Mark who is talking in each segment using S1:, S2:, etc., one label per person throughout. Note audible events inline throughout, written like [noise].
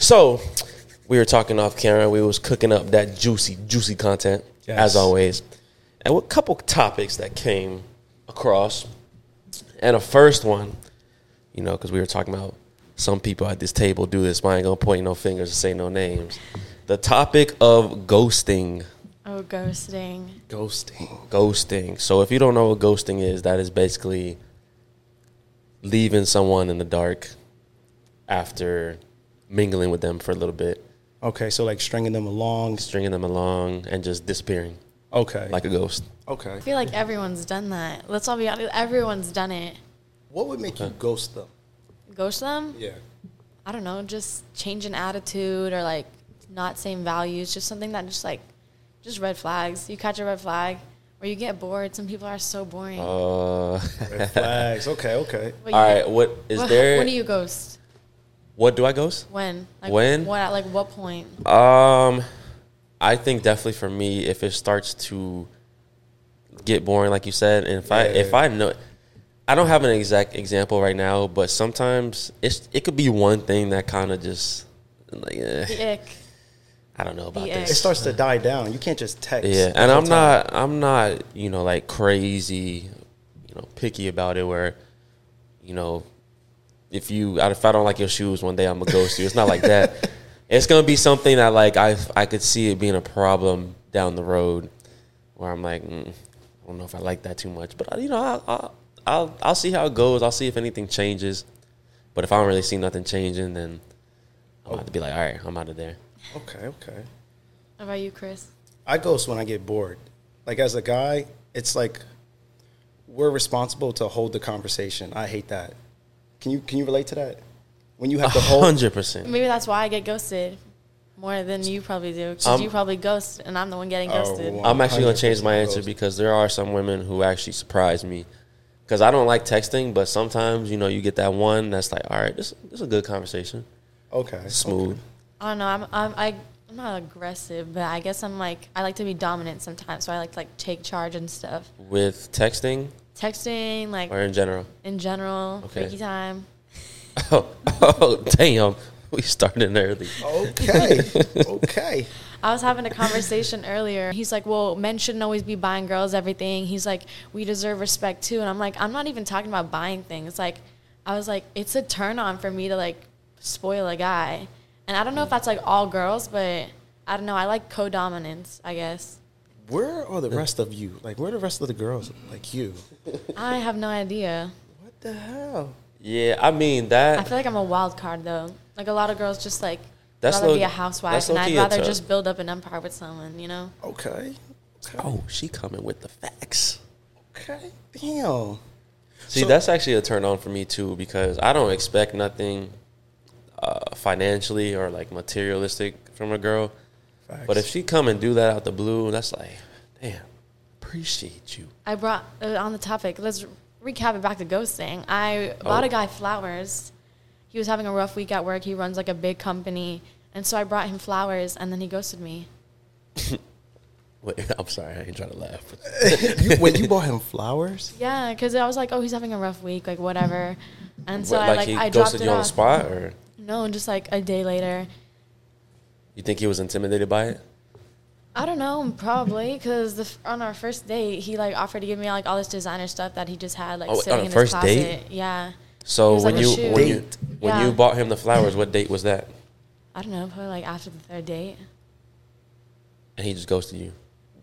S1: So we were talking off camera. We was cooking up that juicy, juicy content
S2: Yes.
S1: as always, and a couple topics that came across. And the first one, you know, because we were talking about some people at this table do this. But I ain't gonna point no fingers and say no names. The topic of ghosting.
S3: Oh, ghosting.
S2: Ghosting.
S1: Ghosting. So if you don't know what ghosting is, that is basically leaving someone in the dark after mingling with them for a little bit,
S2: Okay, so like stringing them along.
S1: stringing them along, and just disappearing
S2: Okay.
S1: like a ghost.
S2: okay.
S1: [laughs]
S3: I feel like everyone's done that. Let's all be honest. Everyone's done it.
S2: What would make you ghost them?
S3: Ghost them?
S2: Yeah.
S3: I don't know. Just change an attitude or like not same values. Just something that just like, just red flags. You catch a red flag or you get bored. Some people are so boring.
S1: Uh,
S2: Red
S1: [laughs]
S2: flags. Okay, okay.
S3: [laughs] But you-
S1: all right. What is
S3: Wha-
S1: there?
S3: When do you ghost?
S1: what do I ghost?
S3: When? Like,
S1: When?
S3: What? At like what point?
S1: Um, I think definitely for me, if it starts to get boring, like you said, and if I
S2: Yeah.
S1: if I know, I don't have an exact example right now, but sometimes it's it could be one thing that kind of just like eh,
S3: The ick.
S1: I don't know about
S3: The
S1: this.
S3: ick.
S2: It starts to die down. You can't just text.
S1: Yeah,
S2: the
S1: and
S2: whole
S1: I'm
S2: time.
S1: not I'm not you know like crazy, you know picky about it where, you know, if you if I don't like your shoes one day I'm gonna ghost you. It's not like [laughs] that. It's gonna be something that like I I could see it being a problem down the road, where I'm like mm, I don't know if I like that too much, but uh, you know I'll, I'll I'll I'll see how it goes. I'll see if anything changes, but if I don't really see nothing changing, then I'm about to be like all right I'm out of [laughs] there.
S2: Okay, okay.
S3: How about you, Chris?
S2: I ghost when I get bored. Like as a guy, it's like we're responsible to hold the conversation. I hate that. Can you can you relate to that? When you have
S1: [laughs]
S2: to hold
S1: Hundred percent.
S3: Maybe that's why I get ghosted more than you probably do. 'cause
S1: Um,
S3: you probably ghost, and I'm the one getting
S2: Oh,
S3: ghosted.
S2: wow.
S1: I'm actually gonna change my
S2: 100%
S1: answer
S2: goes.
S1: because there are some women who actually surprise me. Because I don't like texting, but sometimes you know you get that one that's like, all right, this this is a good conversation,
S2: Okay.
S1: smooth.
S2: okay.
S3: I don't know. I'm I'm I, I'm not aggressive, but I guess I'm like I like to be dominant sometimes. So I like to like take charge and stuff.
S1: With texting
S3: Texting, like
S1: or in general. [laughs]
S3: in general,
S1: Okay.
S3: freaky time.
S1: Oh, oh, damn, [laughs] we started early. [laughs]
S2: Okay. okay.
S3: I was having a conversation earlier. He's like, "Well, men shouldn't always be buying girls everything." He's like, "We deserve respect too." And I'm like, "I'm not even talking about buying things." Like, I was like, "It's a turn on for me to like spoil a guy." And I don't know if that's like all girls, but I don't know. I like co-dominance, I guess.
S2: Where are the rest of you? Like where are the rest of the girls like you?
S3: I have no idea.
S2: What the hell?
S1: Yeah, I mean
S3: I
S1: that.
S3: feel like I'm a wild card though. Like a lot of girls just like
S1: That's
S3: rather
S1: low-
S3: be a housewife,
S1: that's
S3: and I'd
S1: low-key a
S3: rather
S1: tub.
S3: just build up an empire with someone. You know,
S2: Okay. Okay.
S1: oh, she coming with the facts.
S2: Okay. Damn.
S1: See,
S2: So-
S1: that's actually a turn on for me too because I don't expect nothing uh, financially or like materialistic from a girl. But if she come and do that out the blue, that's like, damn, appreciate you.
S3: I brought uh, on the topic. Let's recap it back to ghosting. I bought
S1: Oh.
S3: a guy flowers. He was having a rough week at work. He runs like a big company, and so I brought him flowers, and then he ghosted me.
S1: Wait, [laughs] I'm sorry, I ain't trying to laugh. [laughs]
S2: [laughs] you, wait, you bought him flowers?
S3: Yeah, because I was like, oh, he's having a rough week, like whatever. And so
S1: What,
S3: I like I dropped it
S1: you on the
S3: off.
S1: spot, or
S3: No, just like a day later.
S1: you think he was intimidated by it?
S3: I don't know, probably because f on our first date he like offered to give me like all this designer stuff that he just had like
S1: Oh, on
S3: sitting
S1: a
S3: in
S1: first
S3: his
S1: date?
S3: closet. Yeah, It
S1: So
S3: was
S1: when
S3: like a
S1: you
S3: shoot.
S1: when you
S2: Date.
S1: when
S3: Yeah.
S1: you bought him the flowers, what date was that?
S3: I don't know, probably like after the third date.
S1: And he just ghosted you.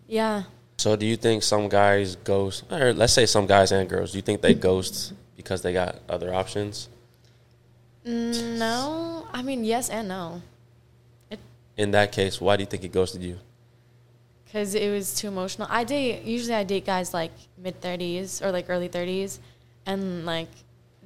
S3: Yeah,
S1: So do you think some guys ghost, or let's say some guys and girls, do you think they ghost because they got other options?
S3: Mm, no, I mean yes and no,
S1: In that case, why do you think he ghosted you?
S3: because it was too emotional. I date usually I date guys like mid thirties or like early thirties, and like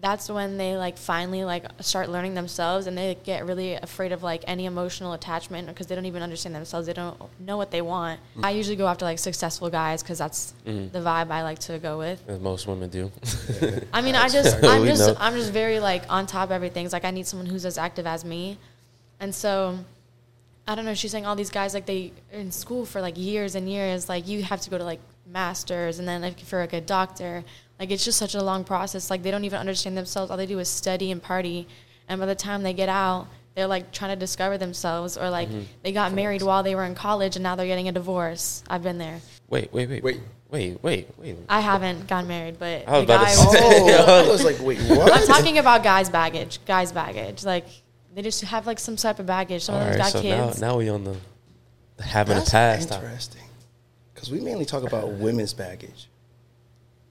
S3: that's when they like finally like start learning themselves and they get really afraid of like any emotional attachment because they don't even understand themselves they don't know what they want i usually go after like successful guys because that's the vibe i like to go with
S1: As most women do. [laughs]
S3: I mean, I just,
S1: Yeah,
S3: I'm
S1: we
S3: just,
S1: know.
S3: I'm just very like on top of everything. It's like I need someone who's as active as me, and so I don't know. She's saying all these guys like they are in school for like years and years. Like you have to go to like masters and then like for like a doctor. Like it's just such a long process. Like they don't even understand themselves. All they do is study and party, and by the time they get out, they're like trying to discover themselves or
S1: Mm-hmm.
S3: like they got married while they were in college and now they're getting a divorce. I've been there.
S1: Wait, wait, wait,
S2: Wait.
S1: wait, wait, wait.
S3: I haven't gotten married, but
S1: I was
S3: the
S1: about to
S3: guy
S1: say.
S2: [laughs]
S1: [laughs]
S2: Oh, I was like, [laughs] wait,
S3: I'm
S2: what?
S3: talking about guys' baggage. Guys' baggage. Like they just have like some type of baggage. Some
S1: All
S3: of them
S1: right,
S3: got
S1: so
S3: kids.
S1: now now we on the the having
S2: That's
S1: a past time.
S2: interesting. Because we mainly talk about women's baggage.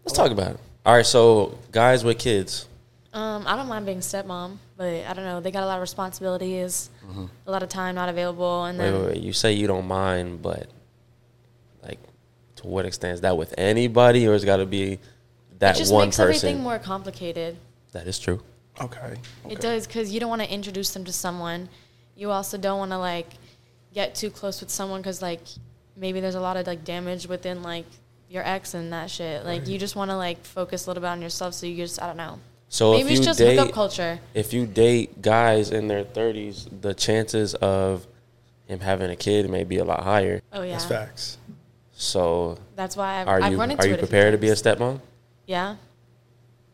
S1: Let's talk about it. All right, so guys with kids.
S3: Um, I don't mind being stepmom, but I don't know. They got a lot of responsibilities, a lot of time not available, and
S1: Mm-hmm. Wait,
S3: then
S1: wait, wait. You say you don't mind, but like, to what extent is that with anybody, or it's got to be
S3: it
S1: that
S3: just
S1: one
S3: makes
S1: person?
S3: everything more complicated.
S1: that is true.
S2: Okay.
S3: It does because you don't want to introduce them to someone. You also don't want to like get too close with someone because like maybe there's a lot of like damage within like your ex and that shit. Like you just want to like focus a little bit on yourself. So you just I don't know.
S1: So
S3: maybe
S1: if
S3: it's
S1: you
S3: just
S1: date,
S3: hookup culture.
S1: if you date guys in their thirties, the chances of him having a kid may be a lot higher.
S3: Oh yeah,
S2: That's
S3: that's,
S2: facts.
S1: So,
S3: why I've,
S1: are
S3: I've
S1: you
S3: run into
S1: are
S3: it.
S1: you
S3: a few
S1: prepared to be a
S3: times.
S1: stepmom?
S3: yeah?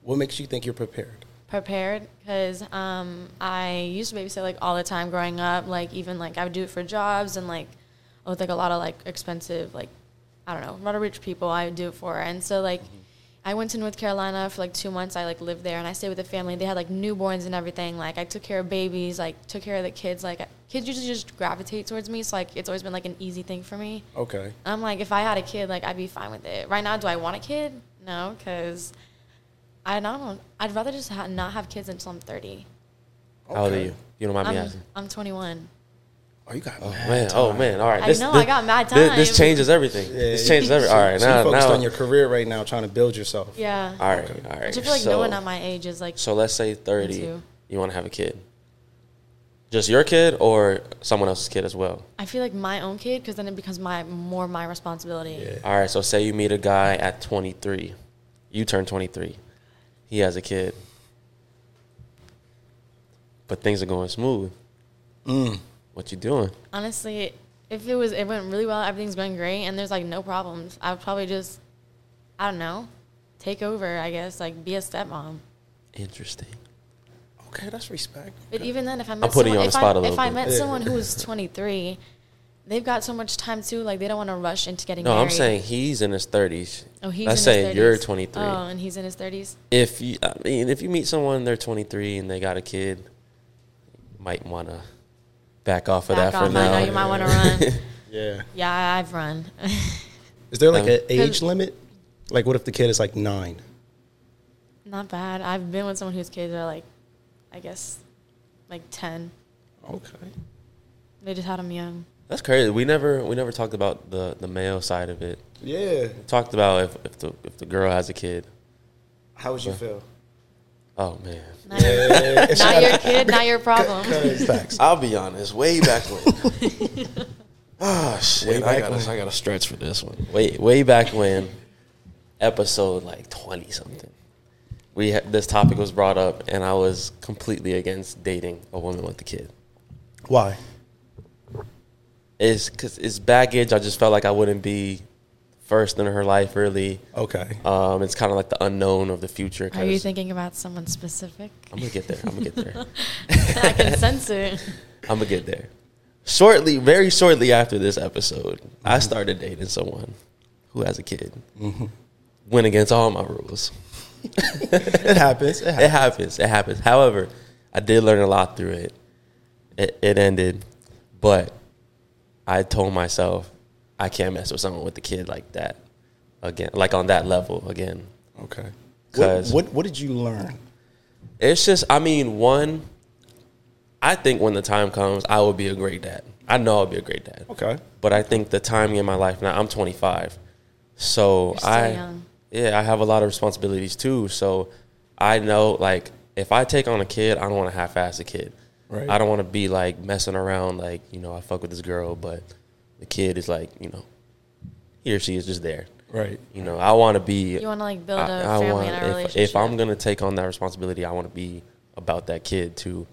S2: What makes you think you're prepared?
S3: prepared because um, I used to babysit like all the time growing up. Like even like I would do it for jobs and like with like a lot of like expensive like I don't know a lot of rich people I would do it for. And so like
S1: Mm-hmm.
S3: I went to North Carolina for like two months. I like lived there and I stayed with a family. They had like newborns and everything. Like I took care of babies. Like took care of the kids. Like kids usually just gravitate towards me. So like it's always been like an easy thing for me.
S2: Okay.
S3: I'm like, if I had a kid, like I'd be fine with it. Right now, do I want a kid? No, because I don't. I'd rather just ha- not have kids until I'm 30.
S1: How old are
S2: Okay.
S1: you? You don't mind me
S3: I'm,
S1: asking.
S3: I'm 21.
S2: Oh, you got
S1: Oh
S2: mad
S1: man! Oh
S2: time.
S1: man! All right.
S3: I know, I got mad
S1: thi- This,
S3: time.
S1: changes everything.
S2: Yeah,
S1: this
S2: you-
S1: changes everything.
S2: so-
S1: All right.
S2: so
S1: now,
S2: you focused
S1: now.
S2: on your career right now, trying to build yourself.
S3: Yeah.
S1: all right. All
S3: I
S1: right.
S3: just feel like
S1: so,
S3: no one at my age is like.
S1: so let's say thirty.
S3: too.
S1: You want to have a kid. Just your kid or someone else's kid as well.
S3: I feel like my own kid because then it becomes my more my responsibility.
S2: Yeah.
S1: All right. So say you meet a guy at twenty three. You turn twenty three. He has a kid. But things are going smooth.
S2: Mm.
S1: What you doing?
S3: Honestly, if it was, it went really well. Everything's going great, and there's like no problems. I would probably just, I don't know, take over. I guess like be a stepmom.
S1: Interesting.
S2: Okay, that's respect.
S3: But
S2: Okay.
S3: even then, if I met
S1: putting you
S3: someone,
S1: on
S3: if,
S1: the spot
S3: I,
S1: a little
S3: if I
S1: bit.
S3: met
S2: Yeah.
S3: someone who was 23, they've got so much time too. Like they don't want to rush into getting
S1: No,
S3: married.
S1: I'm saying he's in his thirties.
S3: Oh, he's
S1: Let's
S3: in
S1: say
S3: his 30s.
S1: you're 23.
S3: Oh, and he's in his 30s.
S1: if you, I mean, if you meet someone, they're 23 and they got a kid, might want to back off of
S3: Back
S1: that for
S3: off. I know
S1: now.
S3: you might want to run.
S2: yeah.
S3: yeah, I've run. [laughs]
S2: Is there like
S1: Um,
S2: an age
S3: 'Cause-
S2: limit? Like, what if the kid is like nine?
S3: Not bad. I've been with someone whose kids are like, I guess, like 10.
S2: Okay.
S3: They just had them young.
S1: [laughs] That's crazy. We never we never talked about the the male side of it.
S2: Yeah.
S1: Talked about if, if the if the girl has a kid.
S2: How would you feel?
S1: Oh man,
S3: Not,
S2: [laughs]
S3: not your kid, not your problem.
S2: Facts.
S1: I'll be honest. Way back when.
S3: [laughs]
S1: oh shit!
S2: I gotta-
S1: I gotta stretch for this one. Way way back when, episode like 20 something. We had, this topic was brought up, and I was completely against dating a woman with a kid.
S2: [laughs] Why?
S1: It's because it's baggage. I just felt like I wouldn't be first in her life, really.
S2: Okay.
S1: Um, it's kind of like the unknown of the future.
S3: Are you
S1: 'cause
S3: thinking about someone specific?
S1: I'm gonna get there. I'm gonna get there.
S3: [laughs] I can sense
S1: [laughs]
S3: it.
S1: I'm gonna get there. Shortly, very shortly after this episode, I
S2: Mm-hmm.
S1: started dating someone who has a kid. Went against all my rules.
S2: It happens. It
S1: It
S2: happens.
S1: happens. It happens. However, I did learn a lot through it. It, it ended, but I told myself I can't mess with someone with a kid like that again, like on that level again.
S2: Okay. What,
S1: 'Cause-
S2: what What did you learn?
S1: It's just, I mean, one, I think when the time comes, I will be a great dad. I know I'll be a great dad.
S2: Okay.
S1: But I think the timing in my life now, I'm 25. So
S3: You're still
S1: I,
S3: young.
S1: yeah, I have a lot of responsibilities too. So I know, like, if I take on a kid, I don't want to half ass a kid.
S2: Right.
S1: I don't want to be like messing around, like, you know, I fuck with this girl, but the kid is like, you know, he or she is just there.
S2: [laughs] Right.
S1: You know, I want to be.
S3: You want to like build a
S1: I- I
S3: family
S1: want-
S3: and
S1: if-
S3: a relationship.
S1: If, I'm gonna take on that responsibility, I want to be about that kid too.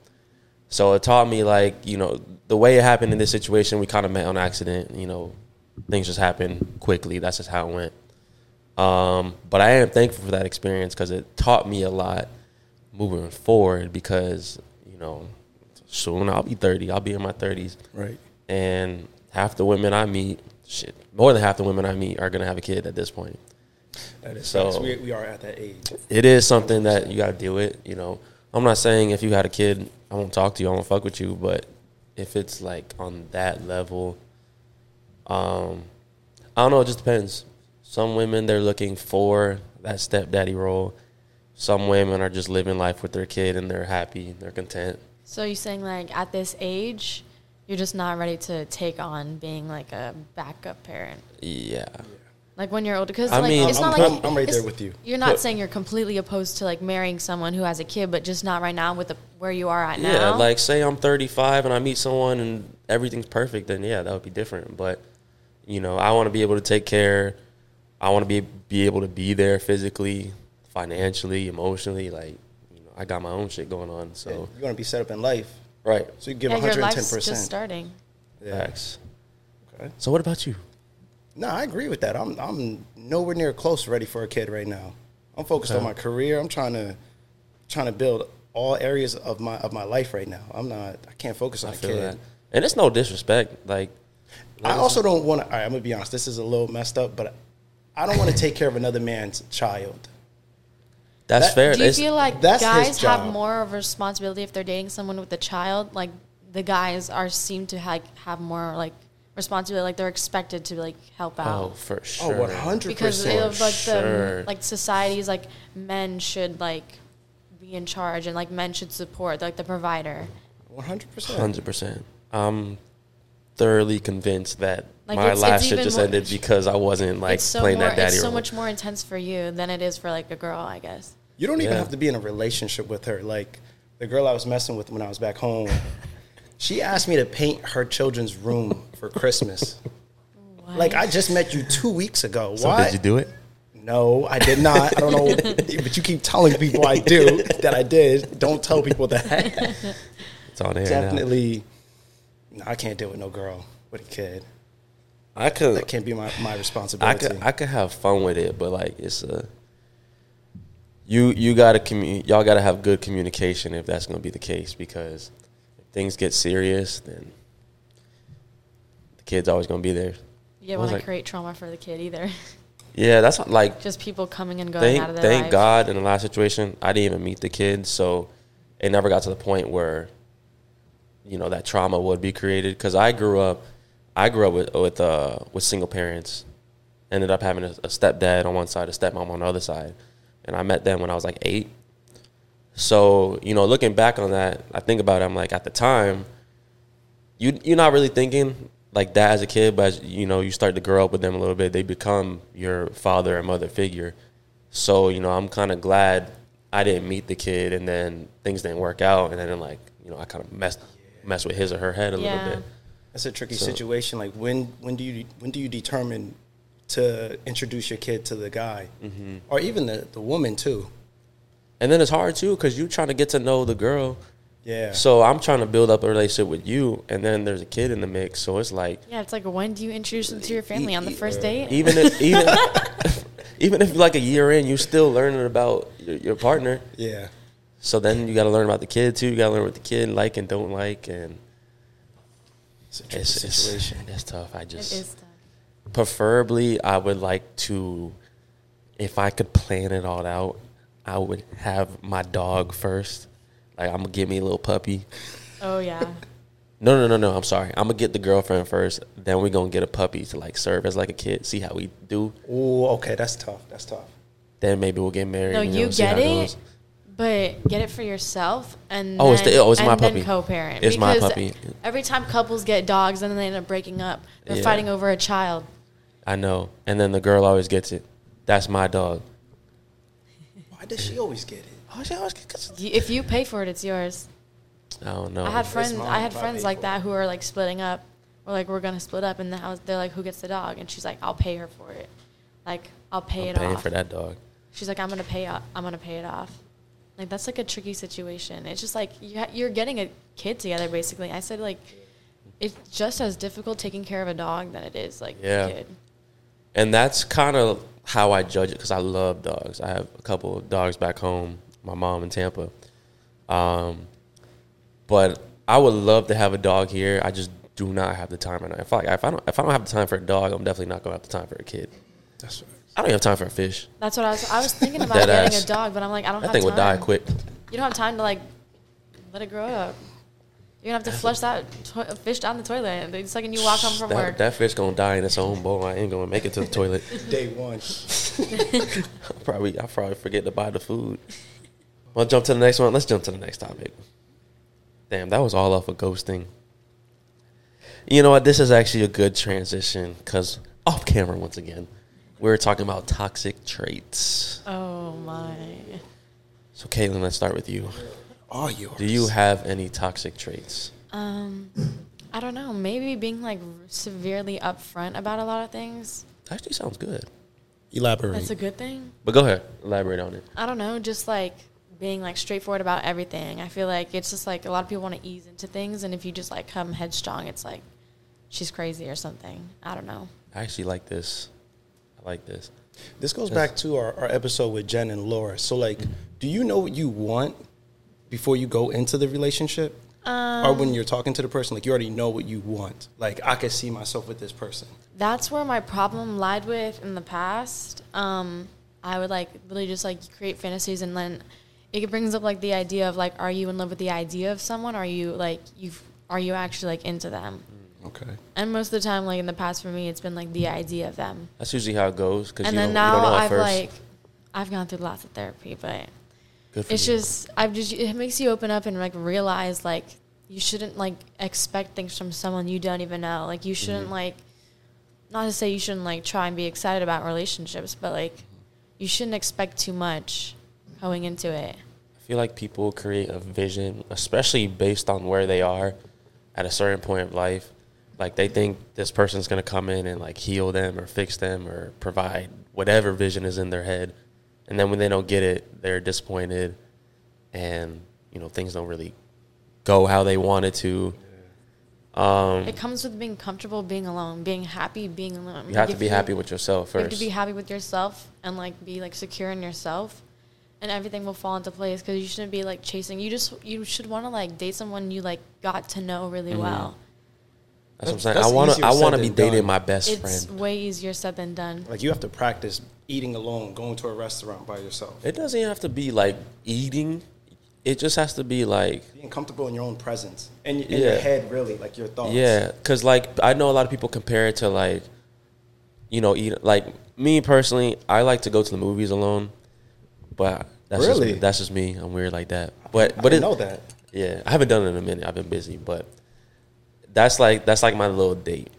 S1: So it taught me like you know the way it happened in this situation. We kind of met on accident. You know, things just happened quickly. That's just how it went. Um, but I am thankful for that experience because it taught me a lot moving forward. Because you know, soon I'll be 30. I'll be in my 30s.
S2: Right.
S1: And half the women I meet, shit, more than half the women I meet are going to have a kid at this point.
S2: That is
S1: So-
S2: so. We, we are at that age.
S1: It is something that you got to deal with, you know. I'm not saying if you had a kid, I won't talk to you, I won't fuck with you, but if it's like on that level, um, I don't know, it just depends. Some women, they're looking for that stepdaddy role. Some women are just living life with their kid and they're happy, they're content.
S3: So you're saying like at this age, you're just not ready to take on being like a backup parent,
S1: Yeah.
S3: like when you're older. Because
S1: I
S3: like
S1: mean-
S3: it's
S1: I'm-
S3: not
S2: I'm-
S3: like
S2: I'm right
S3: it's-
S2: there with you.
S3: You're not saying you're completely opposed to like marrying someone who has a kid, but just not right now with the where you are at now.
S1: Yeah, like say I'm 35 and I meet someone and everything's perfect, then yeah, that would be different. But you know, I want to be able to take care. I want to be be able to be there physically, financially, emotionally. Like you know, I got my own shit going on. So
S2: You want to be set up in life,
S1: right,
S2: so you give
S3: Yeah,
S2: one
S3: your
S2: hundred and ten
S3: life's just
S2: percent.
S3: starting.
S1: facts.
S2: Okay.
S1: So what about you?
S2: No, I agree with that. I'm I'm nowhere near close ready for a kid right now. I'm focused on
S1: Okay.
S2: my career. I'm trying to trying to build all areas of my of my life right now. I'm not. I can't focus on
S1: I
S2: a
S1: feel
S2: kid.
S1: that, and it's no disrespect. Like
S2: I also don't want to. All right, I'm gonna be honest. This is a little messed up, but I don't want to take care of another man's child.
S1: that's
S2: That-
S1: fair.
S3: Do you
S1: It's-
S3: feel like
S2: that's his
S3: guys have
S2: job.
S3: more of a responsibility if they're dating someone with a child? Like the guys are seem to like have more like responsibility. Like they're expected to like help
S1: oh,
S3: out
S1: for sure.
S2: Oh, one hundred
S3: because of
S2: percent.
S3: like
S1: Sure.
S3: the like societies like men should like be in charge and like men should support like the provider.
S2: One hundred percent.
S1: Hundred percent. I'm thoroughly convinced that
S3: Like,
S1: my
S3: it's-
S1: last
S3: it's
S1: shit
S3: even
S1: just
S3: more-
S1: ended because I wasn't like
S3: it's so
S1: playing
S3: more,
S1: that daddy
S3: it's so
S1: role.
S3: much more intense for you than it is for like a girl, I guess.
S2: You don't even
S1: Yeah.
S2: have to be in a relationship with her. Like the girl I was messing with when I was back
S1: [laughs]
S2: home, she asked me to paint her children's room for Christmas. Like I just met you two weeks ago.
S1: So
S2: Why
S1: did you do it?
S2: No, I did not. I don't know,
S1: [laughs]
S2: but you keep telling people I do that I did. Don't tell people that.
S1: It's on air Definitely.
S2: Definitely, no, I can't deal with no girl with a kid.
S1: I
S2: That
S1: could,
S2: can't be my, my
S1: I
S2: responsibility.
S1: could, I could have fun with it, but like it's a. You you gotta commu- y'all gotta have good communication if that's gonna be the case because if things get serious then the kid's always gonna be there.
S3: You don't
S1: I was
S3: want
S1: like-
S3: to create trauma for the kid either. [laughs]
S1: Yeah, that's like
S3: just people coming and going
S1: thank
S3: out of their
S1: thank
S3: life.
S1: God in the last situation I didn't even meet the kids, so it never got to the point where you know that trauma would be created. Because I grew up, I grew up with with uh, with single parents. Ended up having a, a stepdad on one side, a stepmom on the other side, and I met them when I was like eight. So you know, looking back on that, I think about it. I'm like, at the time, you you're not really thinking like that as a kid, but as, you know, you start to grow up with them a little bit. They become your father and mother figure. So you know, I'm kind of glad I didn't meet the kid, and then things didn't work out, and then like you know, I kind of messed messed with his or her head a
S3: Yeah.
S1: little bit.
S2: That's a tricky
S1: So-
S2: situation. Like when when do you when do you determine to introduce your kid to the guy
S1: Mm-hmm.
S2: or even the, the woman too?
S1: And then it's hard too because you're trying to get to know the girl.
S2: Yeah.
S1: So I'm trying to build up a relationship with you, and then there's a kid in the mix. So it's like
S3: Yeah, it's like when do you introduce them to your family on the
S1: e-
S3: first date?
S1: even
S3: [laughs]
S1: if even even if like a year in, you're still learning about your, your partner.
S2: yeah.
S1: So then you got to learn about the kid too. You got to learn what the kid like and don't like, and
S2: It's a tricky
S1: it's, it's
S2: situation.
S1: It's tough. I
S3: It
S1: just
S3: is tough.
S1: preferably I would like to, if I could plan it all out, I would have my dog first. Like I'm gonna get me a little puppy.
S3: Oh yeah.
S1: No, no, no, no. I'm sorry. I'm gonna get the girlfriend first. Then we're gonna get a puppy to like serve as like a kid. See how we do.
S2: Oh, okay, that's tough. That's tough.
S1: Then maybe we'll get married.
S3: No,
S1: and,
S3: you
S1: know, see how
S3: get
S1: goes.
S3: it, but get it for yourself and
S1: Oh, it's
S3: then,
S1: the- oh, it's
S3: and
S1: my
S3: then
S1: puppy.
S3: co-parent.
S1: It's my
S3: because
S1: puppy.
S3: Every time couples get dogs and then they end up breaking up, they're
S1: Yeah.
S3: fighting over a child.
S1: I know. And then the girl always gets it. That's my dog.
S2: Why does she always get it?
S1: Oh, she always gets.
S3: You- If you pay for it, it's yours.
S1: I don't know.
S3: I had friends.
S2: mine
S3: I had
S2: if I
S3: friends
S2: pay for
S3: like
S2: it.
S3: that who are like splitting up. We're like, we're gonna split up, and the house, they're like, who gets the dog? And she's like, I'll pay her for it. Like, I'll pay
S1: I'm
S3: it
S1: paying
S3: off.
S1: for that dog.
S3: She's like, I'm gonna pay. o- I'm gonna pay it off. Like that's like a tricky situation. It's just like you ha- you're getting a kid together basically. I said like, it's just as difficult taking care of a dog than it is like
S1: Yeah.
S3: a kid.
S1: and that's kind of how I judge it because I love dogs. I have a couple of dogs back home. My mom in Tampa, um, but I would love to have a dog here. I just do not have the time right now. If I if I don't if I don't have the time for a dog, I'm definitely not gonna have the time for a kid.
S2: That's right.
S1: I don't have time for a fish.
S3: That's what I was.
S1: [laughs]
S3: I was thinking about
S1: Dead
S3: getting
S1: ass.
S3: a dog, but I'm like, I don't
S1: That
S3: have
S1: thing
S3: time.
S1: would die quick.
S3: You don't have time to like let it grow up. You're gonna have to flush that to- fish down the toilet. It's like when you walk home from
S1: that,
S3: work.
S1: that fish gonna die in its own bowl. I ain't gonna make it to the
S3: [laughs]
S1: toilet.
S2: Day
S1: [laughs]
S2: one.
S1: I'll probably I probably forget to buy the food. [laughs] Well, jump to the next one. Let's jump to the next topic. Damn, that was all off of ghosting. You know what? This is actually a good transition because off camera once again, we were talking about toxic traits.
S3: oh my!
S1: So, Caitlin, let's start with you.
S2: All [laughs] yours.
S1: Do you have any toxic traits?
S3: Um, I don't know. Maybe being like severely upfront about a lot of things.
S1: Actually, sounds good.
S2: elaborate?
S3: That's a good thing.
S1: But go ahead, elaborate on it.
S3: I don't know, just like being like straightforward about everything. I feel like it's just like a lot of people want to ease into things, and if you just like come headstrong, it's like she's crazy or something. I don't know.
S1: I actually like this. I like this.
S2: This goes back to our, our episode with Jen and Laura. So, like,
S1: Mm-hmm.
S2: do you know what you want before you go into the relationship? or
S3: Um,
S2: when you're talking to the person, like, you already know what you want. Like, I could see myself with this person.
S3: That's where my problem lied with in the past. Um, I would like really just like create fantasies and then it brings up like the idea of like, are you in love with the idea of someone? Are you like you? Are you actually like into them?
S1: Mm.
S2: Okay.
S3: And most of the time, like in the past for me, it's been like the idea of them.
S1: That's usually how it goes because
S3: and
S1: you,
S3: then
S1: don't- you don't
S3: now
S1: know at
S3: I've
S1: first.
S3: like I've gone through lots of therapy, but
S1: Good for
S3: it's
S1: you.
S3: just I've just it makes you open up and like realize like you shouldn't like expect things from someone you don't even know. Like you shouldn't
S1: Mm-hmm.
S3: like not to say you shouldn't like try and be excited about relationships, but like you shouldn't expect too much going into it.
S1: I feel like people create a vision, especially based on where they are at a certain point of life. Like they think this person's gonna come in and like heal them or fix them or provide whatever vision is in their head. And then when they don't get it, they're disappointed and you know, things don't really go how they wanted to. Um.
S3: It comes with being comfortable being alone, being happy being alone.
S1: You have to
S3: If
S1: be happy with yourself
S3: You have
S1: first.
S3: to be happy with yourself and like be like secure in yourself, and everything will fall into place because you shouldn't be like chasing. You just you should want to like date someone you like got to know really
S1: Mm-hmm.
S3: well.
S1: That's what I'm
S2: That's-
S1: saying.
S2: that's
S1: I wanna
S2: easier
S1: I
S2: said
S1: wanna
S2: than
S1: be dating
S2: done.
S1: my best
S3: It's
S1: friend.
S3: way easier said than done.
S2: Like, you have to practice eating alone, going to a restaurant by yourself,
S1: It doesn't even have to be like eating. It just has to be like
S2: being comfortable in your own presence and in your
S1: Yeah.
S2: head, really, like your thoughts.
S1: Yeah, because like I know a lot of people compare it to like, you know, eat like me personally. I like to go to the movies alone, but that's
S2: Really?
S1: just me. that's just me. I'm weird like that. But but
S2: I
S1: it,
S2: know that.
S1: yeah, I haven't done it in a minute. I've been busy, but that's like that's like my little date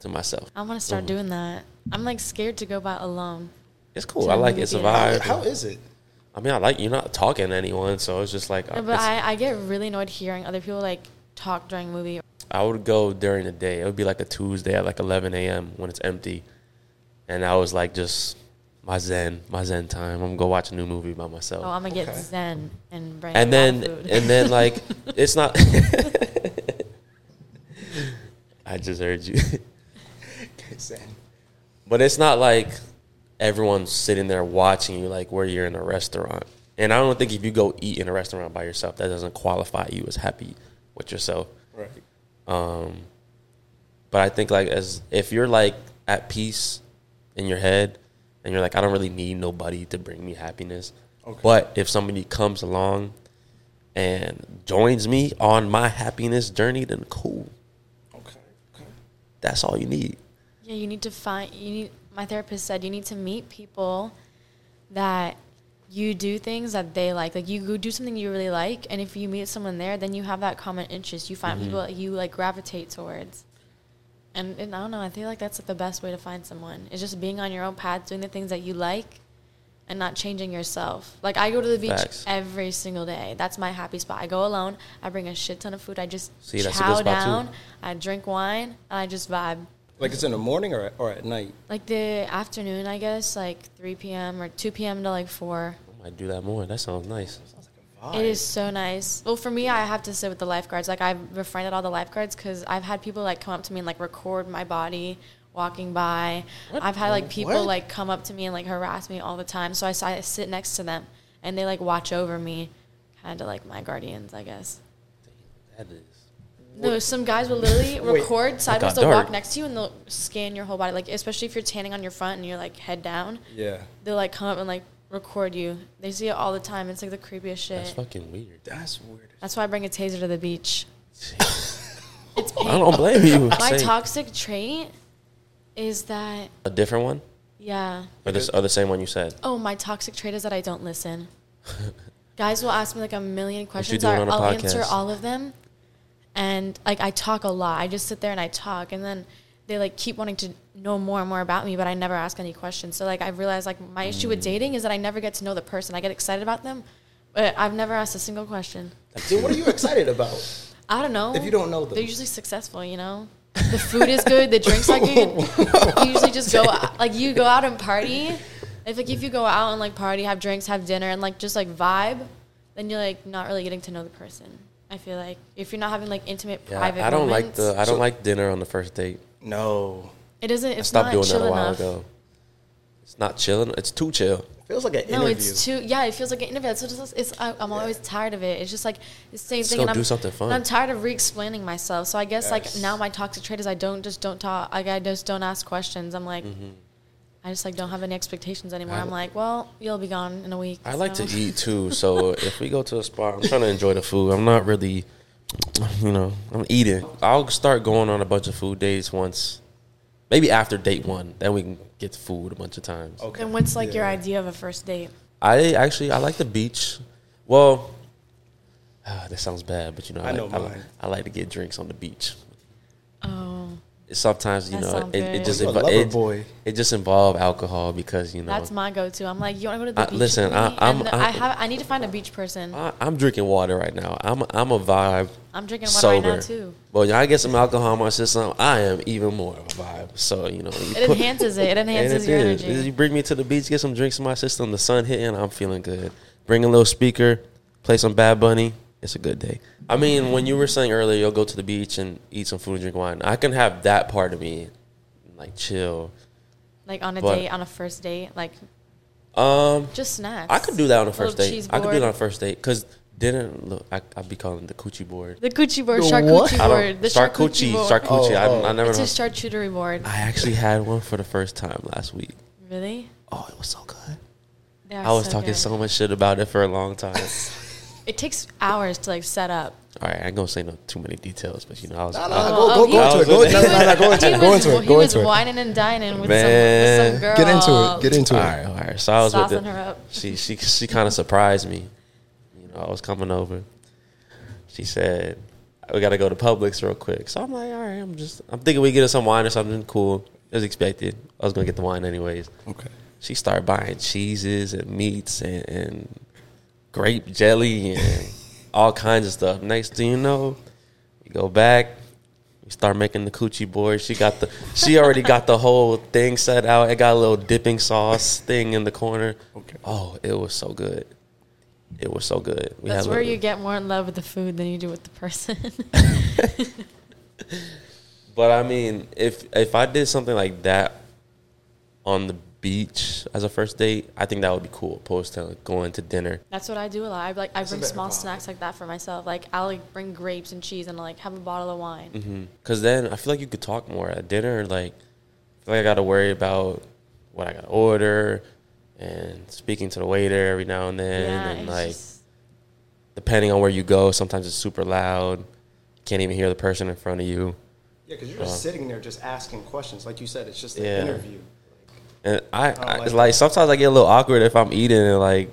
S1: to myself.
S3: I want to start doing that. I'm like scared to go by alone.
S1: It's cool.
S3: To
S1: I
S3: a
S1: like it.
S3: movie
S1: It's a
S2: How,
S1: vibe.
S2: how is it? [laughs]
S1: I mean, I like you're not talking to anyone, so it's just like uh,
S3: But
S1: Oh, it's-
S3: I, I get really annoyed hearing other people like talk during movie.
S1: I would go during the day. It would be like a Tuesday at like 11 a.m. when it's empty, and I was like just my zen, my zen time. I'm gonna go watch a new movie by myself,
S3: Oh, I'm gonna get
S2: Okay.
S3: zen and bring
S1: and
S3: a lot
S1: then
S3: of food.
S1: and then
S3: [laughs]
S1: like it's not. [laughs] I just heard you, [laughs] but it's not like everyone's sitting there watching you like where you're in a restaurant. And I don't think if you go eat in a restaurant by yourself, that doesn't qualify you as happy with yourself.
S2: Right.
S1: Um, but I think like as if you're like at peace in your head, and you're like, I don't really need nobody to bring me happiness.
S2: Okay.
S1: But if somebody comes along and joins me on my happiness journey, then cool.
S2: Okay. okay.
S1: That's all you need.
S3: Yeah, you need to find you need my therapist said you need to meet people that you do things that they like. Like you go do something you really like and if you meet someone there, then you have that common interest. You
S1: Mm-hmm.
S3: find people that you like gravitate towards. And, and I don't know, I feel like that's like the best way to find someone. It's just being on your own path, doing the things that you like and not changing yourself. Like I go to the beach
S1: Facts.
S3: every single day. That's my happy spot. I go alone. I bring a shit ton of food. I just
S1: See, that's a good
S3: chow
S1: spot, too.
S3: down. I drink wine and I just vibe
S2: Like, it's in the morning or, or at night?
S3: like the afternoon, I guess, like 3 p.m. or 2 p.m. to like 4.
S1: I might do that more. That sounds nice.
S2: Sounds like a vibe.
S3: It is so nice. Well, for me, I have to sit with the lifeguards. Like, I've befriended all the lifeguards because I've had people like come up to me and like record my body walking by. I've had like people
S2: What?
S3: like come up to me and like harass me all the time. So I, s- I sit next to them and they like watch over me, kind of like my guardians, I guess.
S1: That is
S3: No, some guys will literally
S2: [laughs] Wait.
S3: record sideways.
S1: got
S3: They'll walk
S1: dark.
S3: next to you and they'll scan your whole body, like especially if you're tanning on your front and you're like head down.
S2: Yeah.
S3: They'll like come up and like record you. They see it all the time. It's like the creepiest shit.
S1: That's
S3: That's,
S1: fucking weird.
S2: That's weird.
S3: why I bring a taser to the beach. it's pain.
S1: I don't blame you.
S3: My
S1: Same.
S3: toxic trait is that
S1: a different one,
S3: yeah.
S1: or this or the same one you said.
S3: Oh, my toxic trait is that I don't listen. Guys will ask me like a million questions.
S1: doing
S3: I-
S1: on a
S3: I'll answer
S1: podcast?
S3: all of them, and like I talk a lot. I just sit there and I talk, and then they like keep wanting to know more and more about me, but I never ask any questions. So like I realized like my issue
S1: Hmm.
S3: with dating is that I never get to know the person. I get excited about them, but I've never asked a single question.
S2: Dude, what are you excited about?
S3: I don't know.
S2: If you don't know them.
S3: they're usually successful. You know, the food is good, the drinks
S2: [laughs]
S3: are good. you usually just go like you go out and party. If like if you go out and like party, have drinks, have dinner, and like just like vibe, then you're like not really getting to know the person. I feel like if you're not having like intimate
S1: [laughs] Yeah,
S3: private,
S1: I don't
S3: moments,
S1: like the I don't
S2: So-
S1: like dinner on the first date.
S2: No.
S3: It doesn't.
S1: I
S3: It's
S1: stopped
S3: not
S1: doing
S3: chill
S1: that a while
S3: enough.
S1: ago. It's not chilling. It's too chill.
S2: Feels like an
S3: No,
S2: interview.
S3: it's too. Yeah, it feels like an interview. It's, it's, it's I, I'm always tired of it. It's just like the same
S1: Let's
S3: thing.
S1: go
S3: and I'm,
S1: do something fun.
S3: and I'm tired of re-explaining myself. So I guess
S2: Yes.
S3: like now my toxic trait is I don't just don't talk. Like I just don't ask questions. I'm like, I just like don't have any expectations anymore.
S1: Mm-hmm. I-
S3: I, am like, well, you'll be gone in a week.
S1: I like to
S3: so.
S1: eat
S3: [laughs]
S1: too, so if we go to a spot, I'm trying to enjoy the food. I'm not really, you know, I'm eating. I'll start going on a bunch of food dates once, maybe after date one. Then we can get to food a bunch of times.
S2: okay.
S3: And what's like your
S2: Yeah.
S3: idea of a first date?
S1: I actually I like the beach. Well, [sighs] ah, that sounds bad, but you know I,
S2: I
S1: like,
S2: know
S1: I, like
S2: mine.
S1: I like to get drinks on the beach.
S3: Oh,
S1: Sometimes you
S3: That
S1: know
S3: sounds
S1: it, it
S3: good.
S1: just
S2: You a
S1: invo-
S2: lover
S1: it,
S2: boy.
S1: it just involve alcohol because you know
S3: that's my go-to. I'm like, you want to go to the
S1: I-
S3: beach?
S1: listen,
S3: with
S1: I-
S3: me?
S1: I'm-
S3: And
S1: I-
S3: I have. I need to find a beach person.
S1: [laughs] I, I'm drinking water right now. I'm I'm a vibe.
S3: I'm drinking water
S1: sober.
S3: right now too.
S1: But when I get some alcohol in my system, I am even more of a vibe. So you know, you
S3: It enhances it. It enhances your
S1: is.
S3: energy.
S1: You bring me to the beach, get some drinks in my system. The sun hitting, I'm feeling good. Bring a little speaker, play some Bad Bunny. It's a good day. I mean, when you were saying earlier, you'll go to the beach and eat some food and drink wine. I can have that part of me, like chill.
S3: Like on a
S1: But-
S3: date, on a first date, like
S1: Um,
S3: just snacks.
S1: I could do that on a
S3: Little
S1: first date.
S3: cheese
S1: I could do it
S3: board.
S1: on a first date because dinner. Look, I, I'd be calling it the coochie board.
S3: The coochie board,
S2: The
S3: charcuterie
S1: I
S3: board,
S1: don't
S3: the
S1: charcuterie.
S3: charcuterie board.
S1: Charcuterie. I,
S2: Oh,
S1: I
S2: oh.
S1: never.
S3: it's a
S1: know.
S3: charcuterie board.
S1: I actually had one for the first time last week.
S3: Really?
S1: Oh, it was so good.
S3: They are
S1: I was
S3: so
S1: talking
S3: good.
S1: so much shit about it for a long time. [laughs]
S3: It takes hours to like set up.
S1: All right, I ain't gonna say no too many details, but you know, I was.
S2: Nah,
S1: I-
S2: nah,
S3: Oh,
S2: go, go,
S3: oh,
S2: go
S1: he-
S2: into it. Go,
S1: Uh, I was
S2: no, no, no, go into
S3: he
S2: it. Go
S3: was,
S2: into it.
S3: he
S2: Go
S3: was
S2: into it.
S3: whining and dining with, some, with
S1: Man.
S3: some girl.
S2: Get into it. Get into
S1: all
S2: it.
S1: right, all right. So I was with
S3: Saucing her
S1: it.
S3: up.
S1: She she she kind of surprised me. You know, I was coming over. She said, "We got to go to Publix real quick." So I'm like, "All right, I'm just I'm thinking we get us some wine or something cool." It was expected. I was gonna get the wine anyways.
S2: Okay.
S1: she started buying cheeses and meats and, and grape jelly and all kinds of stuff. Next thing you know, we go back, we start making the coochie board. She got the she already got the whole thing set out. It got a little dipping sauce thing in the corner.
S2: Okay.
S1: Oh, it was so good. It was so good. We
S3: That's
S1: had a
S3: where
S1: little-
S3: you get more in love with the food than you do with the
S1: [laughs]
S3: person. [laughs]
S1: But I mean, if if I did something like that on the beach as a first date, I think that would be cool. Opposed to going to dinner.
S3: That's what I do a lot. I like I
S2: a
S3: bring
S2: better
S3: small
S2: problem.
S3: snacks like that for myself. Like I'll like bring grapes and cheese and like have a bottle of wine.
S1: Mm-hmm. Cause then I feel like you could talk more at dinner. Like, I feel like I got to worry about what I got to order and speaking to the waiter every now and then,
S3: yeah,
S1: and
S3: it's
S1: like
S3: just-
S1: depending on where you go, sometimes it's super loud. Can't even hear the person in front of you.
S2: Yeah, because you're just sitting there just asking questions. Like you said, it's just an
S1: Yeah.
S2: interview.
S1: And I,
S2: don't
S1: I
S2: like
S1: it's like sometimes I get a little awkward if I'm eating and like,